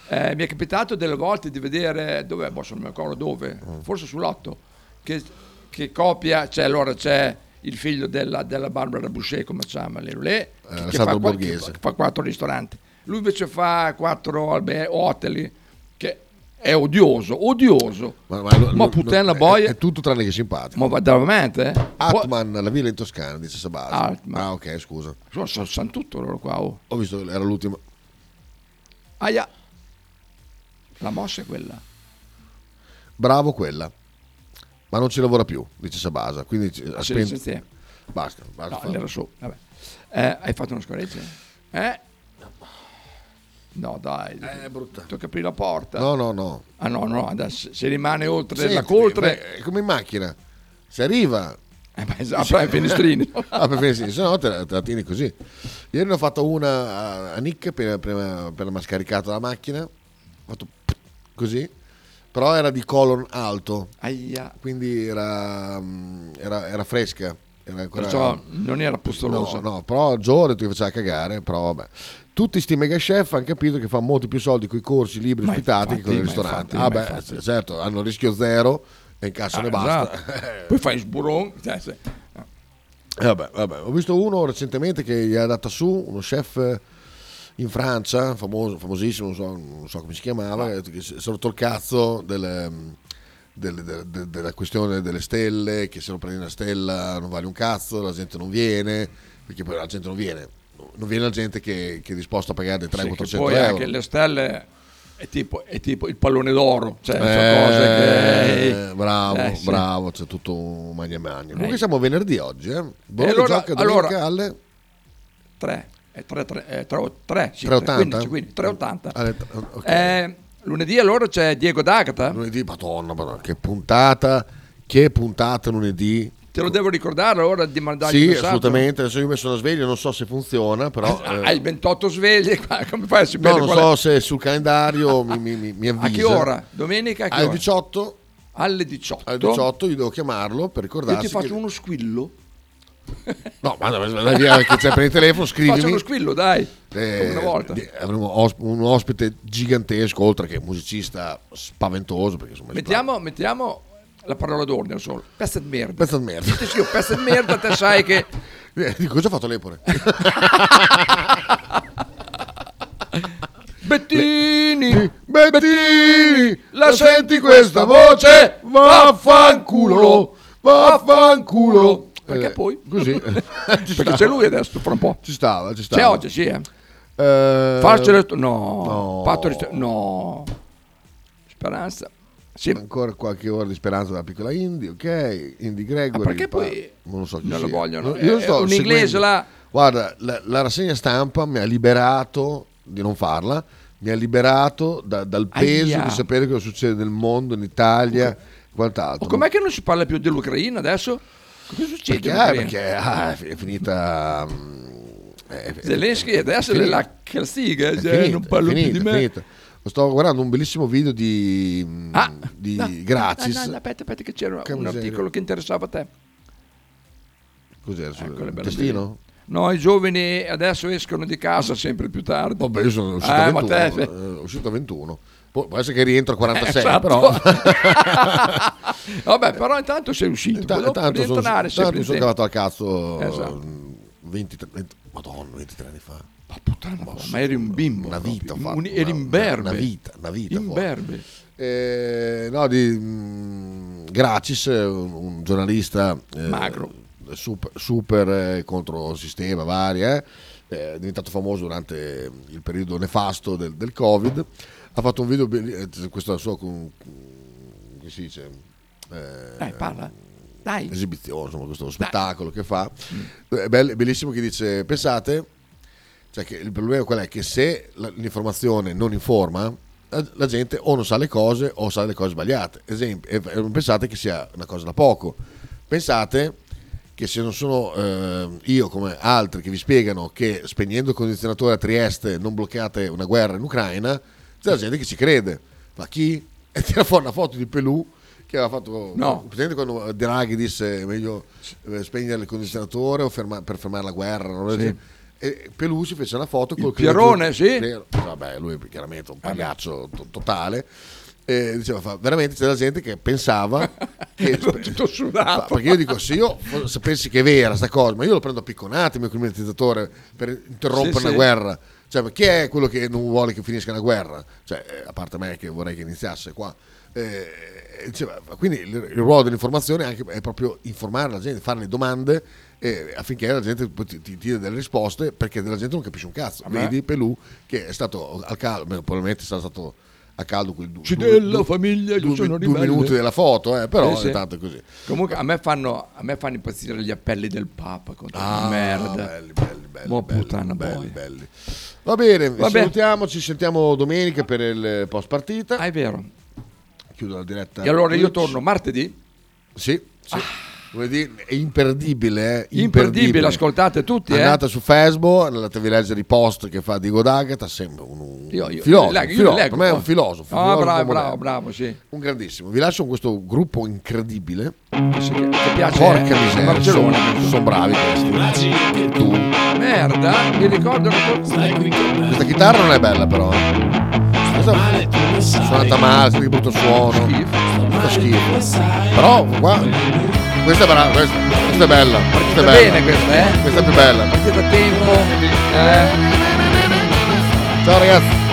Eh, mi è capitato delle volte di vedere, dove, boh, non mi ricordo dove,
Mm.
forse sull'otto, che, che copia, cioè allora c'è il figlio della, della Barbara Boucher, come si chiama, lei, lei, che, che
Alessandro
fa, qua-
eh, Borghese.
che fa quattro ristoranti. Lui invece fa quattro albe- hotel, che è odioso, odioso. Ma, puttana
la
boia.
è, è tutto tranne che simpatico
Ma va- veramente? eh?
Atman la villa in Toscana dice Sabasi
Altman.
ah ok scusa
sono, sono, sanno tutto loro qua oh.
ho visto era l'ultima
Aia, la mossa è quella.
bravo quella ma non ci lavora più dice Sabasa quindi ci- ha
Ah, Sì,
spento
sì, sì.
basta basta
No,
farlo.
era su. Vabbè. Eh, hai fatto una scoreggia? Eh? No, dai. È
Eh, brutta.
Tocca aprire la porta.
no no no
Ah no, no, adesso se rimane oltre
Senti,
la coltre... Eh,
beh, è come in macchina se arriva
apre esatto, i finestrini.
apre i finestrini se no te la, te la tieni così ieri ne ho fatto una a- a Nick prima, prima, prima mi ha scaricato la macchina ho fatto così però era di colon alto quindi era, mm, era, era fresca era ancora-
Perciò non era pustolosa.
no, no però Giore ti faceva cagare però vabbè tutti sti mega chef hanno capito che fa molti più soldi con i corsi libri ospitati che con i
infatti, ma
ristoranti
infatti,
ah
ma
beh
infatti.
certo hanno rischio zero e incassano
Ah,
e basta
esatto. Poi fai sburon. cioè, se-
Eh, vabbè, vabbè. Ho visto uno recentemente che gli ha data su, uno chef eh, in Francia, famoso, famosissimo, non so, non so come si chiamava, eh, che si si è rotto il cazzo del, mm, del- del- del- della questione delle stelle, che se non prendi una stella non vale un cazzo, la gente non viene, perché poi la gente non viene, non viene la gente che, che è disposta a pagare dei
sì, che
300-400
poi
euro.
anche le stelle è tipo, è tipo il pallone d'oro. Cioè, sono
Eh,
cose che...
bravo,
Eh, sì.
bravo, c'è tutto un magna magna. Comunque
Eh.
siamo a venerdì oggi, eh. Bologna
allora-
gioca domenica
allora-
alle
3 3 3 3
3,80?
15 quindi 380
Alle- ok.
Eh, lunedì allora c'è Diego D'Agata
Lunedì, madonna, madonna, che puntata, che puntata lunedì
Te lo devo ricordare allora di mandargli un
Sì,
messaggio.
assolutamente. Adesso io ho messo una sveglia, non so se funziona, però... eh,
Hai 28 sveglie, qua, come fai a
no,
sapere
non
qual è?
so se sul calendario mi, mi, mi- mi avvisa.
A che ora? Domenica a che
Alle
ora?
18.
Alle 18.
Alle 18 io devo chiamarlo per ricordarsi
Io ti faccio
che...
uno squillo.
No, ma dai, dai via che c'è per il telefono, scrivimi.
Faccio uno squillo, dai.
Eh,
Come una volta.
di- avremo os- un ospite gigantesco, oltre che musicista spaventoso, perché insomma...
Mettiamo, mettiamo la parola d'ordine solo. Pezza di merda.
Pezza di merda.
Sì, sì, io pezzo di merda, te sai che...
Eh, Dico, cosa ha fatto Lepore?
Bettini,
Bettini,
la senti
questa voce? Vaffanculo, vaffanculo. Eh,
Perché poi?
Così.
Perché c'è lui adesso, fra un po'.
Ci stava, ci stava.
C'è oggi, sì, eh.
Eh,
Farcelo... No.
no.
Patto di- No. Speranza.
Ancora qualche ora di speranza dalla piccola Indy, ok? Indy Gregory.
perché poi
pa- non lo so chi
non lo
sia.
vogliono?
No, io
Eh,
sto
un
seguendo-
inglese là-
Guarda, la, la rassegna stampa mi ha liberato di non farla, mi ha liberato da- dal peso
Aia.
di sapere cosa succede nel mondo, in Italia, quant'altro.
Com'è che non si parla più dell'Ucraina adesso? Cosa succede?
Perché,
in Ucraina?
perché, ah, è finita... mm, è- è-
Zelensky adesso
è
è
finita.
la castiga,
È
cioè,
finita,
non parlo
è
più
finita,
di me.
è finita. Sto guardando un bellissimo video di, mm, di
Ah. No,
Grazis.
Ah, no, no, no, aspetta, aspetta, che c'era
Ah, Che
un
miseria.
articolo che interessava a te. Ecco,
Cos'era? sul
Quello è bello
Testino?
dire. No, i giovani adesso escono di casa sempre più tardi.
Vabbè, io sono uscito,
Eh,
a
ma
21,
te-
eh, uscito a 21. Pu- può essere che rientro a 46,
Esatto.
però. Eh,
Vabbè, però intanto sei uscito.
Inta-
Dopo
tanto sono,
rientrare
tanto
sempre
mi
in
sono
tempo.
cavato al cazzo
Esatto.
mm, 23, 20 madonna, 23 anni fa. Ma
puttana, ma eri un bimbo.
Una vita, ho
proprio.
fatto,
Un- eri
una-
in berbe.
Ah, Una vita, una vita.
In
ho
berbe.
Eh, no, di mm, Gracis, eh, un, un giornalista eh,
Magro.
super, super, eh, contro sistema, varia, eh, è diventato famoso durante il periodo nefasto del, del Covid. Ha fatto un video, belli- eh, questa sua con- che si dice? Eh,
Dai, parla. Dai. Mm.
Esibizione, insomma, questo spettacolo che fa. È bell- bellissimo che dice, pensate, cioè che il problema qual è? Che se la- l'informazione non informa, la, la gente o non sa le cose o sa le cose sbagliate. Esempio, e- e non pensate che sia una cosa da poco. Pensate che se non sono eh, io come altri che vi spiegano che spegnendo il condizionatore a Trieste non bloccate una guerra in Ucraina, c'è la gente che ci crede. Ma chi? E tira fuori una foto di Pelù che aveva fatto...
No.
Presente quando Draghi disse è meglio eh, spegnere il condizionatore o ferma- per fermare la guerra? non è-
Sì.
E Pelusi fece una foto col
Pierone, sì.
Piero- Vabbè, lui è chiaramente
Eh
un pagliaccio to- totale. E diceva, fa, veramente c'era gente che pensava che tutto
sudato.
perché io dico se io fo- sapessi che è vera sta cosa ma io lo prendo a picconate il mio climatizzatore per interrompere
Sì,
una
sì.
guerra cioè ma chi è quello che non vuole che finisca una guerra cioè eh, a parte me che vorrei che iniziasse qua Eh, e diceva, quindi il, il ruolo dell'informazione è, anche, è proprio informare la gente fare le domande eh, affinché la gente poi ti, ti dia delle risposte perché la gente non capisce un cazzo
Ah, beh.
vedi Pelù che è stato al caldo beh, probabilmente sarà stato a caldo quel du-
Ci
du-
della
du-
famiglia, io
due,
sono
due
ribelle.
minuti della foto eh, però
Eh, sì.
intanto è così
Comunque a me fanno, a me fanno impazzire gli appelli del Papa contro
Ah,
la merda.
belli, belli, belli,
Mo'
belli,
puttana
belli,
boia.
belli. Va bene,
Va bene.
salutiamo, ci sentiamo domenica per il post partita.
Ah, è vero.
Chiudo la diretta.
E allora io
Twitch.
torno martedì?
Sì, sì. Lunedì è imperdibile, eh?
Ah. Imperdibile, ascoltate tutti, eh.
Andate su Facebook, andatevi a leggere i post che fa Diego D'Agata, sembra un, un
Io, io,
filosofo,
leggo- io
filosofo,
leggo
per me è un
poi.
filosofo. un
Ah,
filosofo
bravo,
moderno.
bravo, bravo, sì.
Un grandissimo. Vi lascio con questo gruppo incredibile.
Che piace
Porca
eh,
miseria,
Barcellona.
sono, sono bravi questi. E tu?
Merda, eh. mi ricordo che stai qui
Questa chitarra non è bella però. eh. Questa suonata male, senti che brutto suono. Fa schifo. Però qua. Questa è brava, questa, questa è bella. Questa è
Va
bella.
bene questa, eh?
Questa è più bella.
Siete da tempo. eh.
Ciao ragazzi.